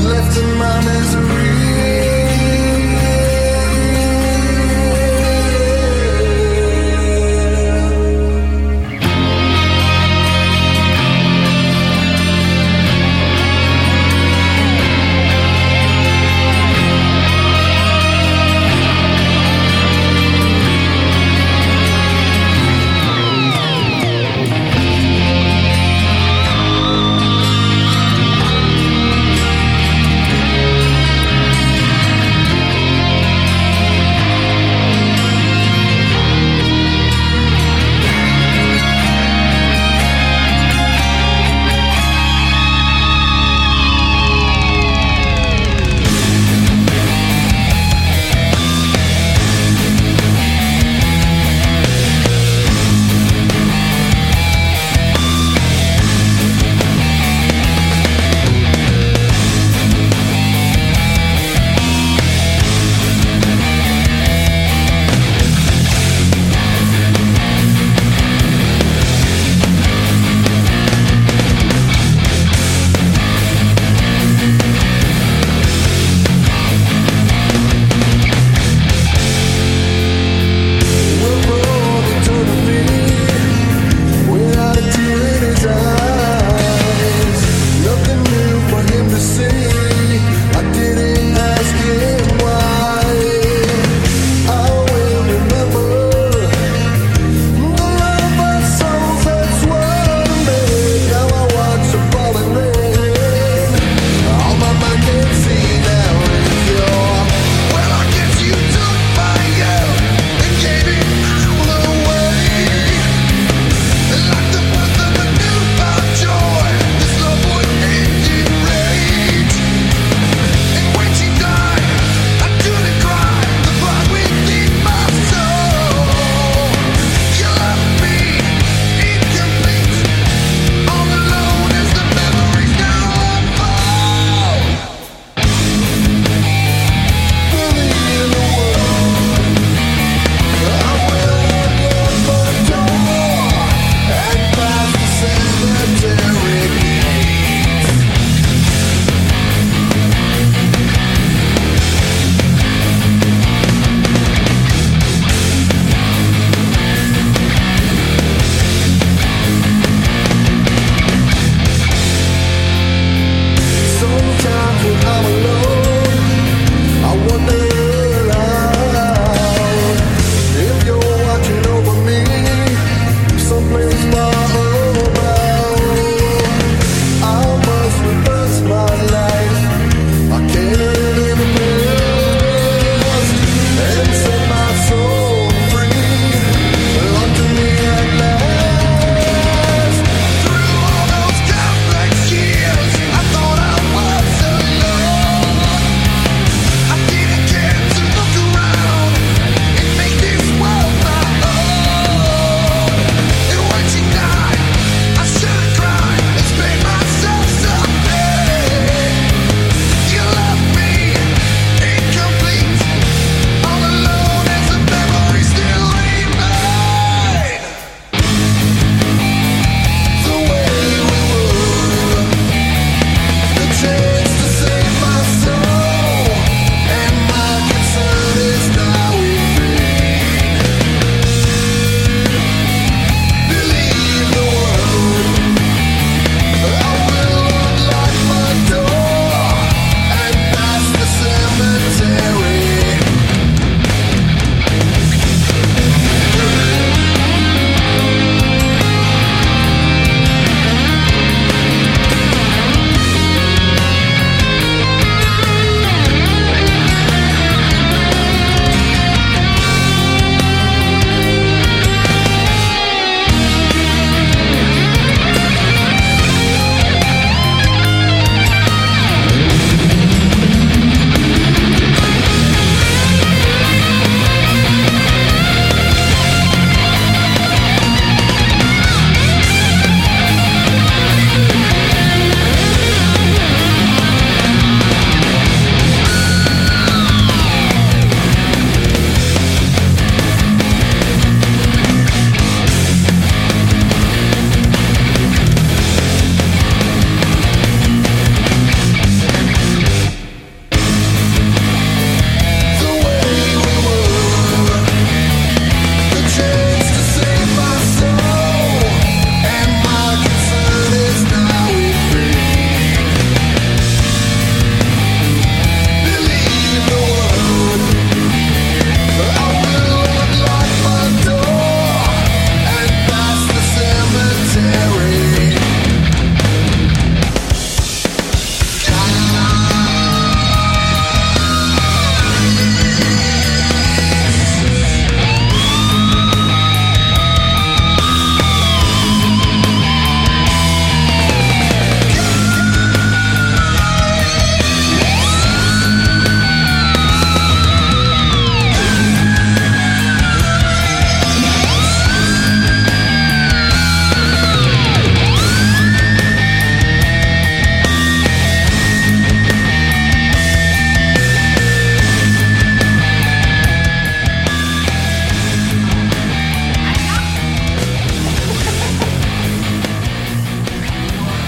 Left in my misery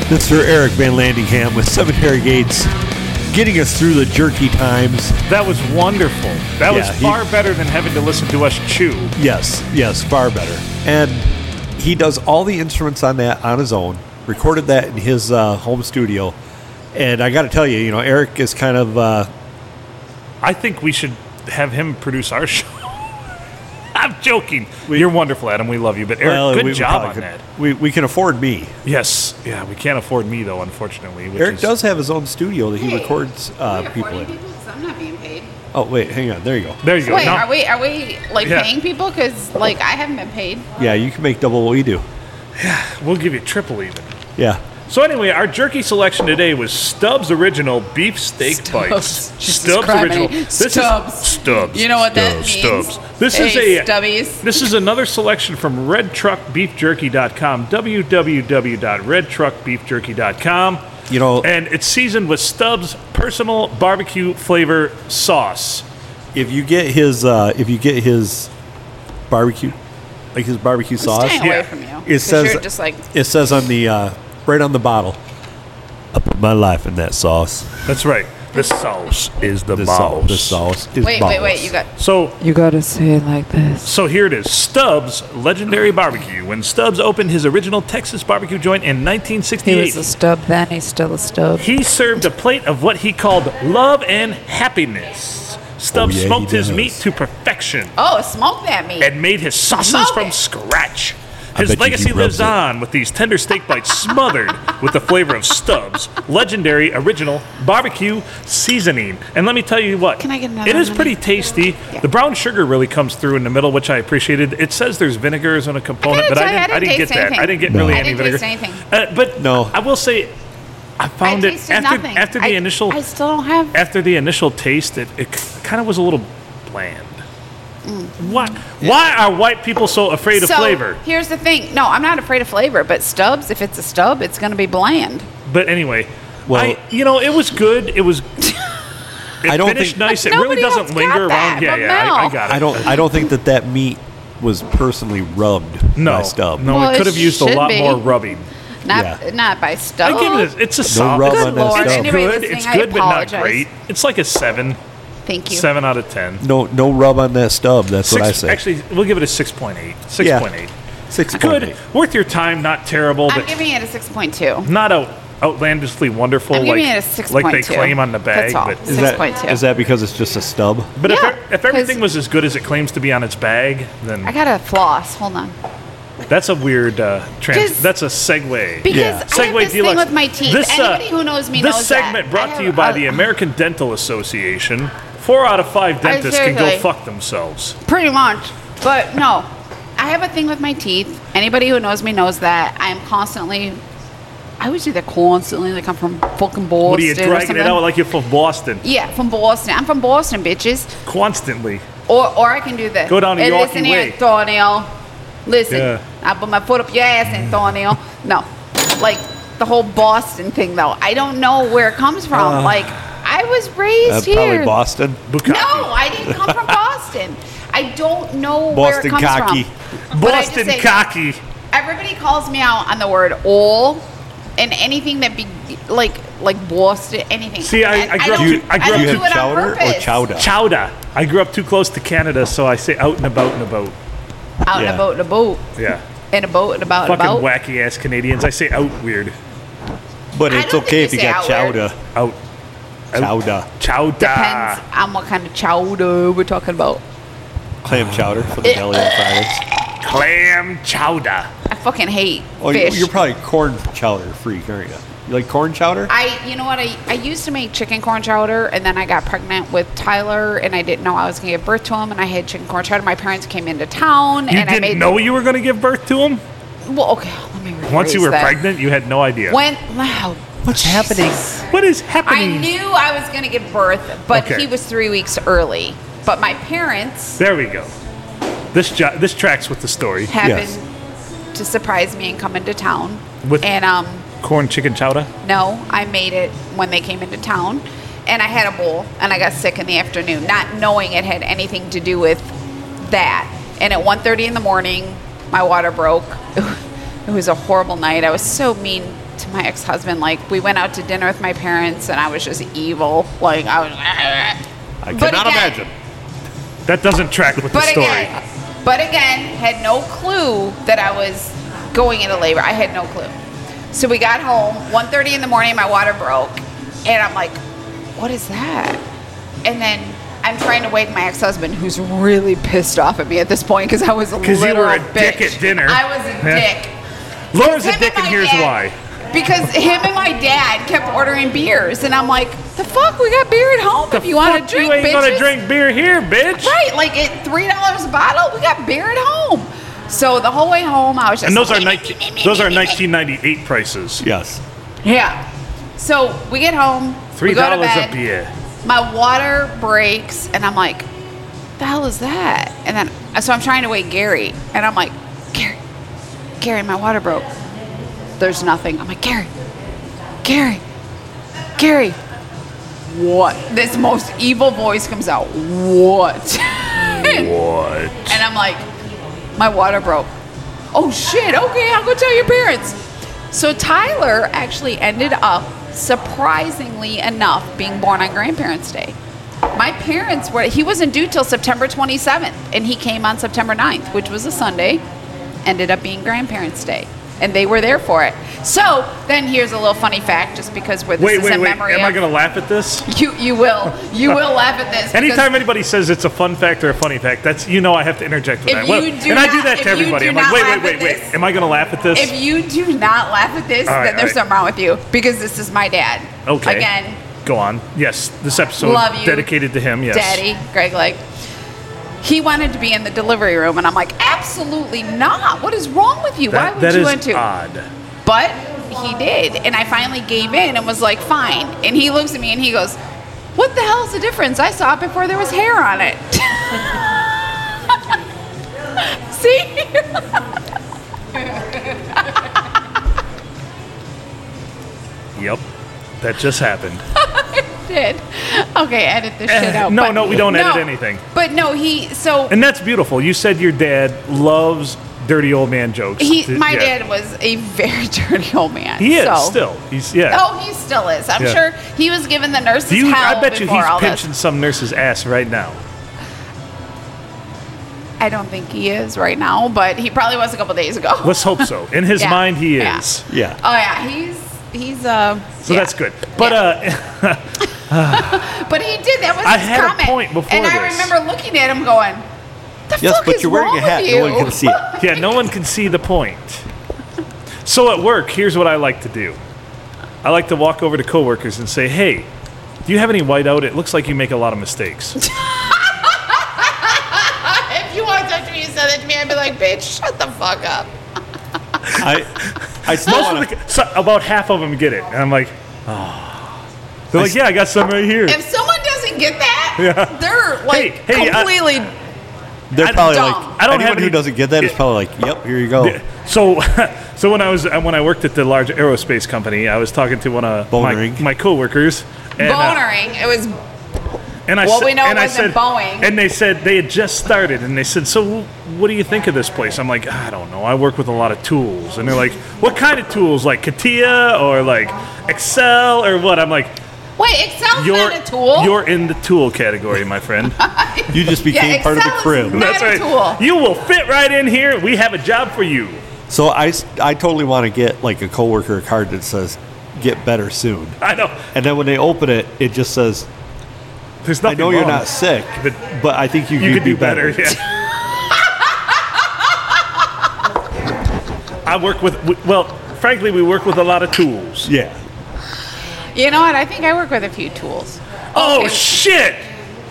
Mr. Eric Van Landingham with Cemetery Gates getting us through the jerky times. That was wonderful. That was Yeah, he- far better than having to listen to us chew. Yes, yes, far better. And he does all the instruments on that on his own. Recorded that in his uh, home studio. And I got to tell you, you know, Eric is kind of uh, I think we should have him produce our show. I'm joking. You're wonderful, Adam. We love you. But Eric, well, good we- we job probably on could- that. We, we can afford me. Yes. Yeah, we can't afford me though, unfortunately. Which Eric is, does have his own studio that he Hey, records Are uh, we people affording in. people? 'Cause I'm not being paid. Oh wait, hang on. There you go. There you go. Wait, No, are we are we like Yeah. paying people? Because like I haven't been paid. Yeah, you can make double what we do. We'll give you triple even. Yeah. So anyway, our jerky selection today was Stubbs Original Beef Steak Stubbs. Bites. Jesus Christ, man. Stubbs. is Stubbs. You know what that Stubbs, means. Stubbs. This Hey, is a Stubbies. This is another selection from redtruckbeefjerky.com. www.redtruckbeefjerky.com. You know- and it's seasoned with Stubbs personal barbecue flavor sauce. If you get his uh, if you get his barbecue like his barbecue sauce, Staying away Yeah. from you. it 'Cause says you're just like it says on the uh, right on the bottle. I put my life in that sauce. That's right. The sauce is the This boss. sauce. This sauce is wait, wait, wait. You got So You gotta say it like this. So here it is Stubbs Legendary Barbecue. When Stubbs opened his original Texas barbecue joint in He was 1968, a stub then, he's still a stub. he served a plate of what he called love and happiness. Stubbs Oh, yeah, he smoked his does. meat to perfection oh, smoke that meat. and made his sauces Love from it. scratch. bet you His he legacy rubs lives it. on with these tender steak bites smothered with the flavor of Stubbs legendary original barbecue seasoning. And let me tell you what, Can I get another it is one? pretty tasty. Yeah. The brown sugar really comes through in the middle, which I appreciated. It says there's vinegar as a component, I but gotta I tell you, didn't, I get didn't taste that. I anything. didn't get really I any didn't taste vinegar. anything. Uh, but No. I will say, I I found it tasted after, nothing. after the I- initial I still don't have. after the initial taste, it, it kind of was a little bland. Why, why are white people so afraid of Mm. so flavor? here's the thing. No, I'm not afraid of flavor, but Stubbs, if it's a stub, it's gonna be bland. But anyway, Well- I, you know, it was good. It was. It I don't finished think- nice. It But really nobody doesn't else linger got around. that Yeah, but yeah, I, I Mel. got it. I don't I don't think that that meat was personally rubbed no, by Stubbs. no, Well, it it could have used a should lot be. more rubbing. Not Yeah. not by I Stubbs. give it. A, it's a solid. rub it's on that it's Lord, anybody good. listening, It's I good, but not apologize. great. It's like a seven, Thank you. seven out of ten. No no rub on that stub, that's what I Six, say. actually, we'll give it a six point eight. Six Yeah. point eight. Six Good. point eight. Worth your time. Not terrible. I'm but giving it a six point two. not out, outlandishly wonderful I'm like, giving it a six like they point two. claim on the bag. That's all. But, Is Six point that, two. is that because it's just a stub? but Yeah, if, if everything 'cause- was as good as it claims to be on its bag, I then gotta floss. Hold on. that's a weird uh, trans. Just- that's a segue. Because Yeah. I have Segway this deluxe. thing with my teeth. This, uh, Anybody who knows me this knows that. segment I brought have to you by a- the American Dental Association. Four out of five dentists can go seriously- fuck themselves. Pretty much. But no, I have a thing with my teeth. Anybody who knows me knows that I am constantly. I always do that constantly. Like I'm from fucking Boston. What are you or dragging something. it out like you're from Boston? Yeah, from Boston. I'm from Boston, bitches. Constantly. Or, or I can do this. Go down to hey, Yawkey listen Way. here, Thornhill. Listen, Yeah. I put my foot up your ass in Thornhill. No, like the whole Boston thing, though. I don't know where it comes from. Uh. like I was raised That's Uh, probably here. Boston. Bukkake. No, I didn't come from Boston. I don't know where Boston it comes cocky. from. But I just Boston say, cocky. Everybody calls me out on the word "all" and anything that be like like Boston, anything. See, I- I grew up don't- too- I grew don't up do too- it on chowder or purpose. chowder? Chowda. I grew up too close to Canada, so I say out and about and about. Out Yeah. and about, in a boat, Yeah. in a boat, and about, Fucking about. wacky ass Canadians. I say out weird. But I it's don't okay if think you you got say outward. chowder. Out. Chowder. Chowda. Depends on what kind of chowder we're talking about. Clam chowder for the deli on Fridays. Clam chowda. I fucking hate Oh, you- fish. you're probably corn chowder freak, aren't you? You like corn chowder? I, you know what? I, I used to make chicken corn chowder, and then I got pregnant with Tyler, and I didn't know I was going to give birth to him, and I had chicken corn chowder. My parents came into town, You and I didn't made. know you were going to give birth to him? Well, okay, let me rephrase Once you were that. pregnant, you had no idea. When? Wow. What's happening? What is I happening? knew I was going to give birth, but Okay. he was three weeks early. But my parents There we go. This jo- this tracks with the story. happened Yes. to surprise me and come into town, With- and um. Corn chicken chowda. No, I made it when they came into town, and I had a bowl, and I got sick in the afternoon, not knowing it had anything to do with that. And at 1:30 in the morning, my water broke. It was a horrible night. I was so mean to to my ex husband. Like, we went out to dinner with my parents, and I was just evil. Like, I was. I Cannot imagine. That doesn't track with the But story. again, but again, had no clue that I was going into labor. I had no clue. So we got home, 1.30 in the morning, my water broke. And I'm like, what is that? And then I'm trying to wake my ex-husband, who's really pissed off at me at this point because I was a 'Cause you literal were a bitch. dick at dinner. I was a Yeah. dick. Laura's Him a dick, and my here's dad- why. Because him and my dad kept ordering beers, and I'm like, the fuck, we got beer at home if you want Fuck, to drink, you ain't gonna bitches." drink beer here, bitch. Right, like at three dollars a bottle, we got beer at home. So the whole way home, I was just And those are 19, those are 1998 prices. Yes. yeah. So we get home, Three we go to dollars bed, a beer. My water breaks, and I'm like, "The hell is that?" And then so I'm trying to wake Gary, and I'm like, "Gary, Gary, my water broke. There's nothing." I'm like, "Gary, Gary, Gary." What? This most evil voice comes out. What? What? And I'm like, my water broke. Oh shit, okay, I'll go tell your parents. So Tyler actually ended up, surprisingly enough, being born on Grandparents' Day. My parents were, he wasn't due till September 27th, and he came on September 9th, which was a Sunday, ended up being Grandparents' Day. And they were there for it. So then here's a little funny fact, just because we're, this Wait, is wait, a wait. memory Am I of- gonna laugh at this? you, you will. You will laugh at this. because- Anytime anybody says it's a fun fact or a funny fact, that's you know I have to interject with If that. you Well, do and I do not- that if to you everybody. do I'm like, not wait, laugh wait, wait, at wait. this- Am I gonna laugh at this? If you do not laugh at this, All right, then there's all right. something wrong with you because this is my dad. okay. Again, Go on. Yes, this episode Love you, dedicated to him. Yes. daddy, Greg, like, he wanted to be in the delivery room, and I'm like, absolutely not. What is wrong with you? That, Why would that you is want to? odd. But he did, and I finally gave in and was like, fine. And he looks at me and he goes, what the hell is the difference? I saw it before there was hair on it. See? Yep. That just happened. Eh, did. Okay, edit this shit out. No, but- no, we don't edit anything. But no, he so And that's beautiful. You said your dad loves dirty old man jokes. he Th- my yeah. dad was a very dirty old man. He is so. still. He's yeah. Oh, he still is. I'm Yeah. sure he was given the nurses Do you, hell I bet you before he's all pinching some nurse's ass right now. this. I don't think he is right now, but he probably was a couple days ago. Let's hope so. In his Yeah, mind, he yeah. is. Yeah. oh yeah, he's he's uh. So yeah. that's good. But Yeah. uh, But he did. That was I his had a comment. point before and I this. remember looking at him going, "The Yes, fuck but is you're wearing wrong a hat. with No one you?" can see it. uh, Yeah, no one can see the point. So at work, here's what I like to do. I like to walk over to coworkers and say, "Hey, do you have any whiteout? It looks like you make a lot of mistakes." if you walked up to me and said that to me, I'd be like, "Bitch, shut the fuck up." I, I still Most wanna- of the, so about half of them get it, and I'm like, "Oh." They're like, "Yeah, I got some right here." If someone doesn't get that, they're like Hey, hey, I- completely. They're probably dumb. like, I don't anyone have any- who doesn't get that is probably like, yep, here you go. So, so when I was uh, when I worked at the large aerospace company, I was talking to one of my, Bonering. my coworkers. And, uh, bonering. it was And I Well, said, we know it and I said- wasn't Boeing. And they said they had just started, and they said, "So, what do you think of this place?" I'm like, "I don't know. I work with a lot of tools." And they're like, "What kind of tools? Like Katia or like Excel or what?" I'm like, wait. Excel's "You're not a tool. you're in the tool category, my friend. You just yeah, became part of the Excel is crib. not- a tool. You will fit right in here. We have a job for you." So I, s- I totally want to get like a coworker card that says, get better soon. I know. And then when they open it, it just says, There's I nothing. know you're wrong. not sick, But- but, I think you, You could do do better. Yeah. I work with we- well. Frankly, we work with a lot of tools. Yeah. you know what? I think I work with a few tools. Oh Okay, shit!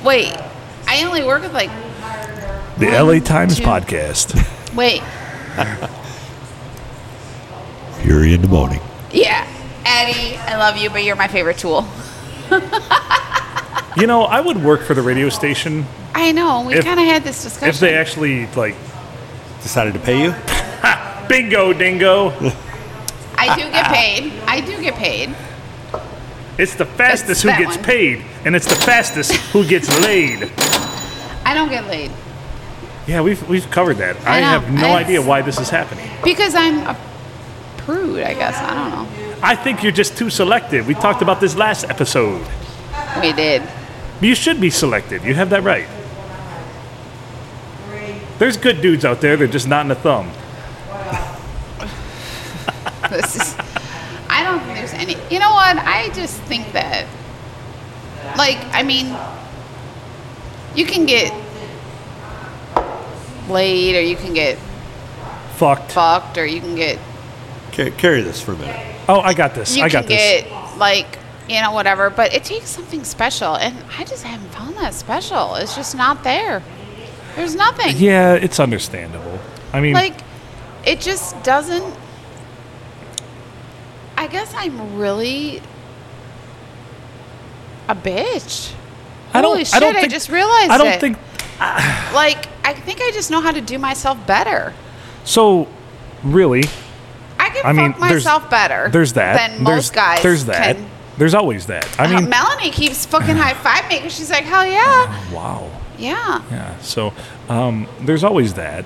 wait. I only work with like The One, LA Times two. podcast. wait. Fury in the morning. Yeah, Addie, I love you, but you're my favorite tool. You know, I would work for the radio station I know. We If- kind of had this discussion. if they actually like Decided to pay you? bingo dingo. I do get paid. I do get paid. It's the fastest who that gets one. paid, and it's the fastest who gets laid. I don't get laid Yeah, we've we've covered that. I, I know. have no I- idea why this is happening. because I'm a prude. I guess I don't know. I think you're just too selective. We talked about this last episode. We did. You should be selective. You have that right. There's good dudes out there. They're just not in the thumb. This is. I don't think there's any. You know what? I just think that. Like, I mean, you can get laid, or you can get Fucked. fucked, or you can get Ca- carry this for a minute. Oh, I got this. you I got can this. get like you know whatever but it takes something special and i just haven't found that special it's just not there there's nothing Yeah, it's understandable. I mean, like it just doesn't i guess i'm really a bitch I don't. holy I don't shit, I think, just realized I don't it. think like i think i just know how to do myself better so. Really, i can I mean, fuck there's- myself better there's that. than there's, Er, most guys There's that. can. Uh-huh, There's always that. I mean, melanie keeps fucking high-five me because she's like hell yeah wow. yeah Yeah. So um, there's always that.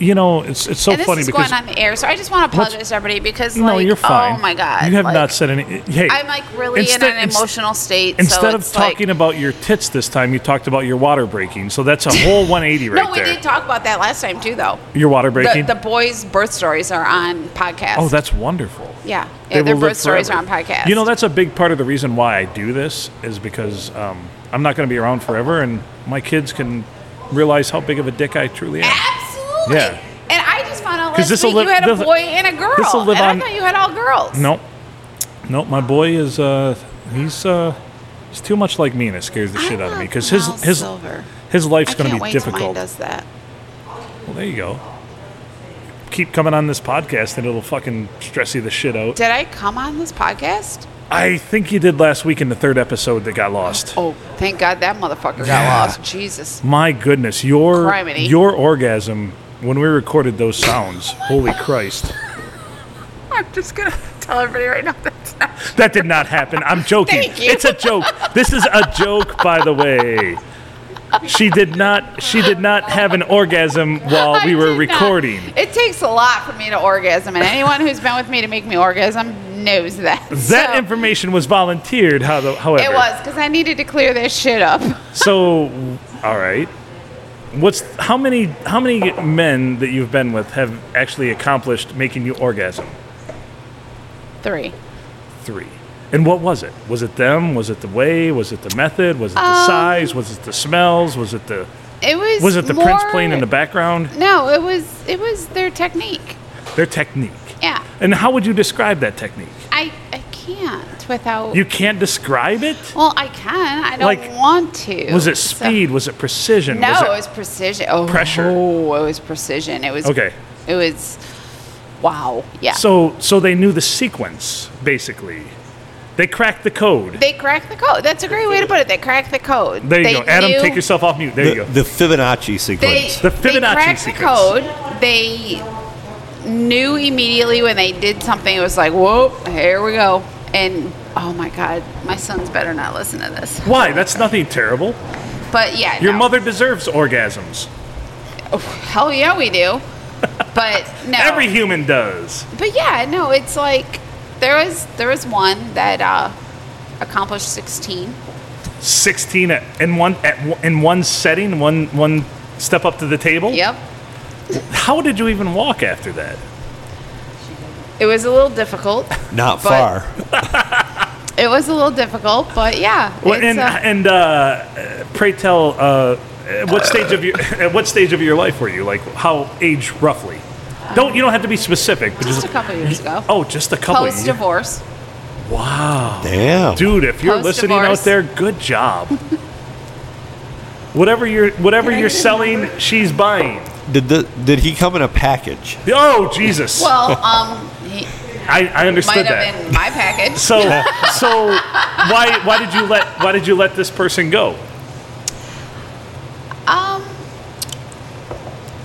You know, it's it's so and this funny is because going on the air, so I just want to Let's- apologize to everybody because, no, like, you're fine. oh my god, you have like, not said any. Hey, I'm like really in an inst- emotional state. Instead so of it's like- talking about your tits this time, you talked about your water breaking. So that's a whole 180 right no, we there. did talk about that last time too, though. Your water breaking. The, the boys' birth stories are on podcast. oh, that's wonderful. yeah, yeah. Their will birth live stories are on forever. podcast. You know, that's a big part of the reason why I do this is because um, I'm not going to be around forever, and my kids can realize how big of a dick I truly am. absolutely. Yeah. And I just found out 'Cause last this'll week live- you had a this'll- boy and a girl. this'll live and on- I thought you had all girls. Nope. Nope. My boy is uh, he's uh, he's too much like me, and it scares the I shit out of me love because his Mel his Ah, Silver. his life's I going can't to be wait till mine difficult. does that. Well, there you go. Keep coming on this podcast, and it'll fucking stress you the shit out. Did I come on this podcast? I think you did last week in the third episode that got lost. Oh, thank God that motherfucker Yeah. got lost. Jesus. My goodness, your Criminy. your orgasm when we recorded those sounds. holy Christ. I'm just gonna tell everybody right now that's not. That did not happen. I'm joking. Thank you. It's a joke. This is a joke, by the way. She did not. She did not have an orgasm while I we were did not. recording. It takes a lot for me to orgasm, and anyone who's been with me to make me orgasm knows that. That So, information was volunteered. How the, however, It was because I needed to clear this shit up. So, all right. What's how many how many men that you've been with have actually accomplished making you orgasm? Three. Three. And what was it? Was it them? Was it the way? Was it the method? Was it the Um, size? Was it the smells? Was it the It was. was it the prince more- playing in the background? No, it was. It was their technique. Their technique. Yeah, And how would you describe that technique? I I can't without. You can't describe it? well, I can. I don't Like, want to. Was it So- speed? Was it precision? No, was it was precision. Oh, Pressure. Oh, it was precision. It was Okay. It was. Wow. Yeah. So so they knew the sequence basically. They cracked the code. They cracked the code. That's a great way to put it. They cracked the code. There you They go. Adam, knew- take yourself off mute. There you The, go. the Fibonacci They, sequence. The they Fibonacci cracked the sequence. code. They knew immediately when they did something. It was like, whoa, here we go. And oh my God, my son's better not listen to this. Why? That's nothing terrible. But yeah, Your no. mother deserves orgasms. Hell yeah, we do. But no. Every human does. But yeah, no, it's like there was there was one that uh, accomplished 16. 16 at, in one at, one- in one setting, one one step up to the table. Yep. How did you even walk after that? It was a little difficult. Not but- far. It was a little difficult, but yeah. Well, it's, and uh, and uh, uh, pray tell, uh, at what stage of your at what stage of your life were you? Like how age roughly? Don't you don't have to be specific. But Just a couple years ago. Oh, just a couple. post years. divorce. Wow. Damn. dude if you're listening out Post-divorce. there good job whatever you're whatever you're selling she's buying Did the, did he come in a package? oh jesus Well, um, he i, I understood might that have been my package. so so why why did you let why did you let this person go Um,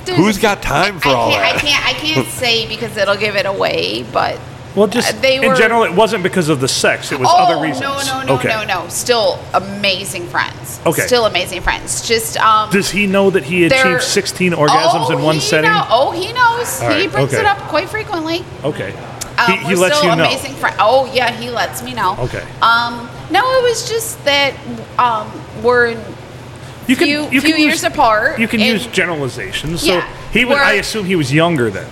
there's Who's a- got time for I all can't, I that? can't. I can't say because it'll give it away. But well just Uh, they in were- general it wasn't because of the sex it was oh other reasons no, no, no, okay no, no! Still amazing friends. Okay. Still amazing friends. Just um. does he know that he they're- achieved 16 orgasms Oh, in one he setting know- oh, he knows. All he right, brings okay. it up quite frequently. okay Um, He- he we're lets still you know. amazing friends. Oh yeah, he lets me know. Okay. Um, no, it was just that um, we're in You can few- you few can use, years apart, You can and- use generalizations. So Yeah, he was. where- I assume he was younger then.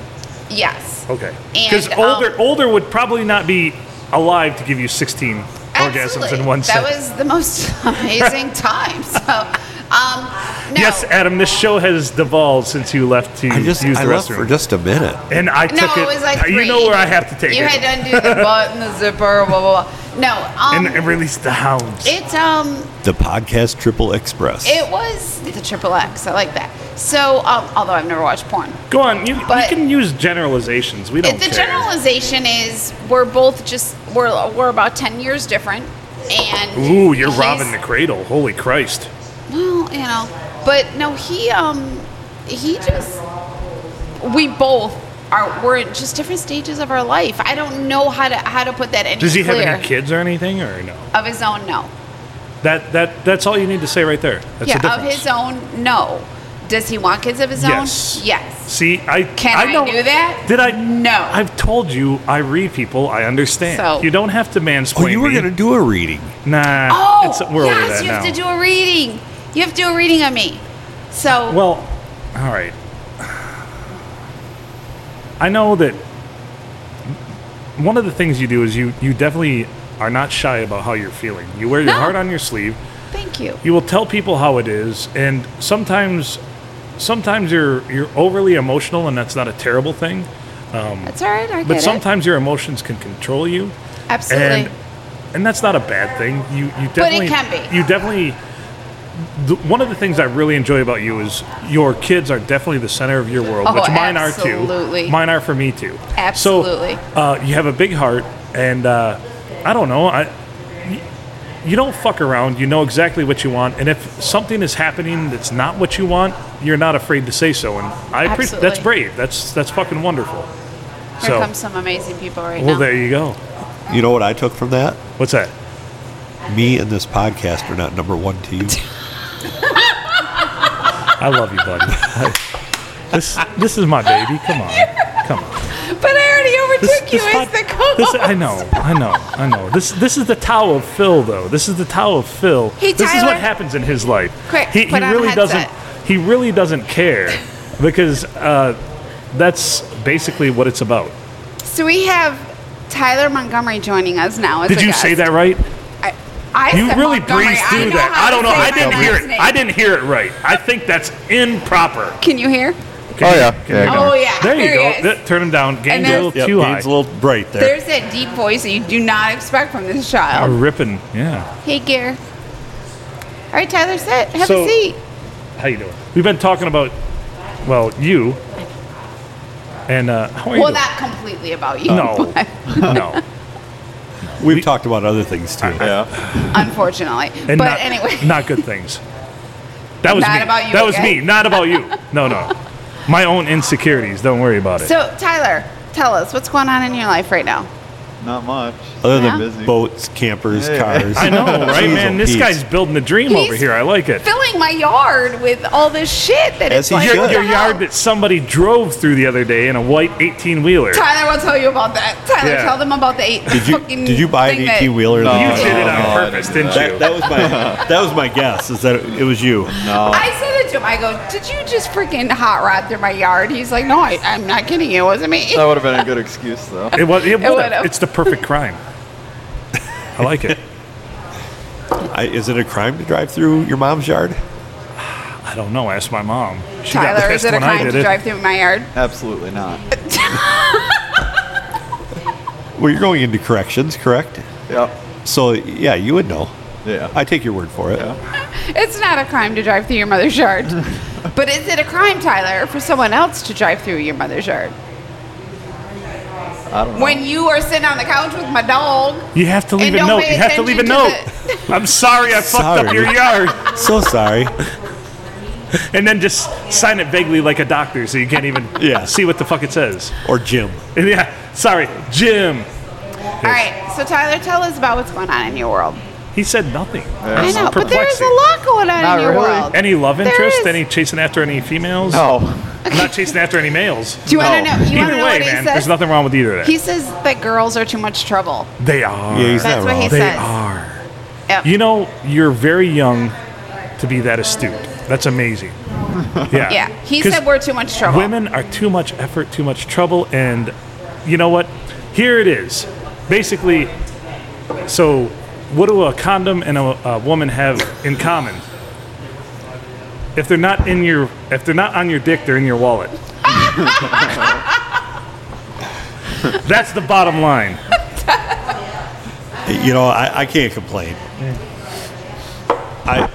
yes. Okay. And, Because older um, older would probably not be alive to give you 16 orgasms Absolutely. in one That set. was the most amazing time. So, um, no. Yes, Adam. This show has devolved since you left to I just use I the left restroom. for just a minute. and I No, took it was like you three. know where I have to take you it had to undo the butt and the zipper, blah blah blah. No, um, and, and release the hounds. it's um, The podcast Triple Express. it was the triple X. I like that. So, um, although I've never watched porn, Go on. You, you but- can use generalizations. We don't the care. generalization is we're both just we're we're about ten years different, and Ooh, you're he's- robbing the cradle. Holy Christ. Well, you know, but no, he um, he just we both are we're at just different stages of our life. I don't know how to how to put that any Does he have clear. any kids or anything or no? of his own? No. That that that's all you need to say right there. That's the yeah, of difference. his own. No. Does he want kids of his Yes. own? Yes. See, I Can I don't- do that? Did I? No. I've told you. I read people. I understand. So- You don't have to mansplain. oh, you were me. going to do a reading. Nah. Oh, it's- we're yes. over that you now. have to do a reading. You have to do a reading of me. So Well, all right. I know that one of the things you do is you you definitely are not shy about how you're feeling. You wear your No. heart on your sleeve. thank you. You will tell people how it is, and sometimes sometimes you're you're overly emotional, and that's not a terrible thing. That's all right. I get But it. sometimes your emotions can control you. absolutely. And, and that's not a bad thing. You you But definitely it can be. You definitely. The, one of the things I really enjoy about you is your kids are definitely the center of your world, Oh, which mine are absolutely. too. Mine are for me too. Absolutely. So uh, you have a big heart, and uh, I don't know. I y- you don't fuck around. You know exactly what you want, and if something is happening that's not what you want, you're not afraid to say so. And I appreciate that's Absolutely. brave. That's that's fucking wonderful. Here so comes some amazing people right well, now. there you go. You know what I took from that? What's that? Me and this podcast are not number one to you. I love you, buddy. this this is my baby. Come on, come on. But I already This, overtook this you as pod- the co this- I know, I know, I know. This this is the Tao of Phil, though. This is the Tao of Phil. Hey, this is Tyler. what happens in his life. Quick, he, he put on a really headset. doesn't. He really doesn't care because uh, that's basically what it's about. So we have Tyler Montgomery joining us now. As Did a you guest. say that right? I, I You said really Montgomery. breezed I through know that. I how to don't know. say I my didn't last hear it. name. I didn't hear it right. I think that's improper. Can you hear? Can Oh, you- yeah. Yeah, I can Oh hear. yeah. There you he go. is. Th- turn him down. Gain's a there's- little too high. Gain's a little bright there. There's that deep voice that you do not expect from this A child. ripping. Yeah. Hey, Gear. All right, Tyler, sit. Have So- a seat. How you doing? We've been talking about, well, you. And uh, how are Well, you? not completely about you. doing? but no. no. We've talked about other things too. Yeah. unfortunately. And but not, anyway, not good things. That was Not me. about you, that was okay? me. Not about you. No, no. My own insecurities. Don't worry about it. so Tyler, tell us what's going on in your life right now. Not much. Other than Yeah. busy. boats, campers, Yeah. cars. I know, right, man? This Jeez. guy's building a dream over He's- here. I like it. Filling my yard with all this shit that As it's he like should. what Your, the your hell? yard that somebody drove through the other day in a white 18 wheeler. Tyler will tell you about that. Tyler, Yeah. tell them about the eight. Did you fucking did you buy thing an that- eighteen wheeler? No, You Oh, did it no, on I purpose, didn't didn't do that. you? that, that was my that was my guess is that it was you. I said it to him. I go, "Did you just freaking hot rod through my yard?" He's like, "No, I, I'm not kidding you. It wasn't Oh, me." That would have been a good excuse, though. It was. It, would've. would've. It's the perfect crime. I like it. I, is it a crime to drive through your mom's yard? I don't know. Ask my mom. She got Tyler, is pissed it a when I crime did to it. drive through my yard? Absolutely not. Well, you're going into corrections, correct? Yep. So yeah, you would know. Yeah. I take your word for it. It's not a crime to drive through your mother's yard. but is it a crime, Tyler, for someone else to drive through your mother's yard? I don't know. Oh. When you are sitting on the couch with my dog, You have to leave And a don't note. pay You have to leave a note. attention I'm sorry, I fucked up Sorry. your yard, So sorry. and then just sign it vaguely like a doctor, so you can't even Yeah. see what the fuck it says. Or Jim. And yeah, sorry, Jim. all right. So Tyler, tell us about what's going on in your world. He said nothing. I It's know, but there's perplexing. a lot going on Not in your really. world. Any love There interest? is. Any chasing after any females? no. I'm not chasing after any males. Do you want to know? You Either want to know way, what he man, says? there's nothing wrong with either of that. He says that girls are too much trouble. They are. Yeah, he's That's not what he wrong. they says. are. Yep. You know, you're very young to be that astute. That's amazing. Yeah. yeah. He 'Cause said we're too much trouble. Women are too much effort, too much trouble, and you know what? Here it is. Basically, so what do a condom and a, a woman have in common? If they're not in your, if they're not on your dick, they're in your wallet. That's the bottom line. You know, I, I can't complain. I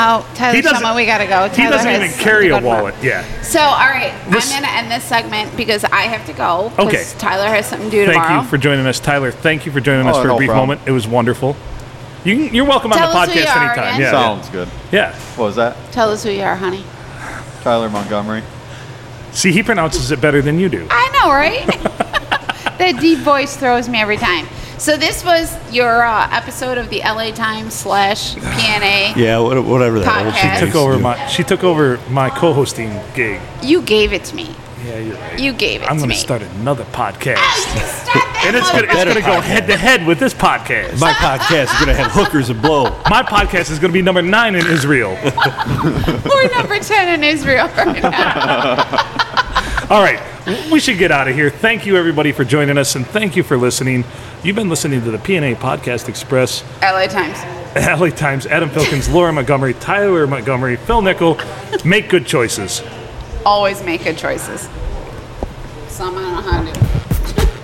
Oh, Tyler, He doesn't- come on, we gotta go. He Tyler doesn't has even carry a something to talk wallet. Yeah. about. So, all right, This- I'm gonna end this segment because I have to go. 'cause Okay. Tyler has something to do Thank tomorrow. you for joining us, Tyler. Thank you for joining us Oh, for a no brief problem. moment. It was wonderful. You can, you're welcome Tell on us the who you podcast are anytime. again. Yeah. Sounds good. Yeah. What was that? Tell us who you are, honey. Tyler Montgomery. See, he pronounces it better than you do. I know, right? that deep voice throws me every time. So this was your uh, episode of the LA Times slash PNA. yeah, what- whatever that. old Podcast. thing took is. over Yeah. my she took over my co-hosting gig. You gave it to me. Yeah, you're right. You gave it I'm to gonna me. start another Oh, podcast, you start that and it's gonna it's better gonna go podcast. head to head with this podcast. My podcast is gonna have hookers and blow. My podcast is gonna be number nine in Israel. We're number 10 in Israel right now. All right, we should get out of here. Thank you everybody for joining us, and thank you for listening. You've been listening to the PNA Podcast Express. LA Times. LA Times, Adam Pilkins, Laura Montgomery, Tyler Montgomery, Phil Nickel. Make good choices. Always make good choices. Some I don't know how to do.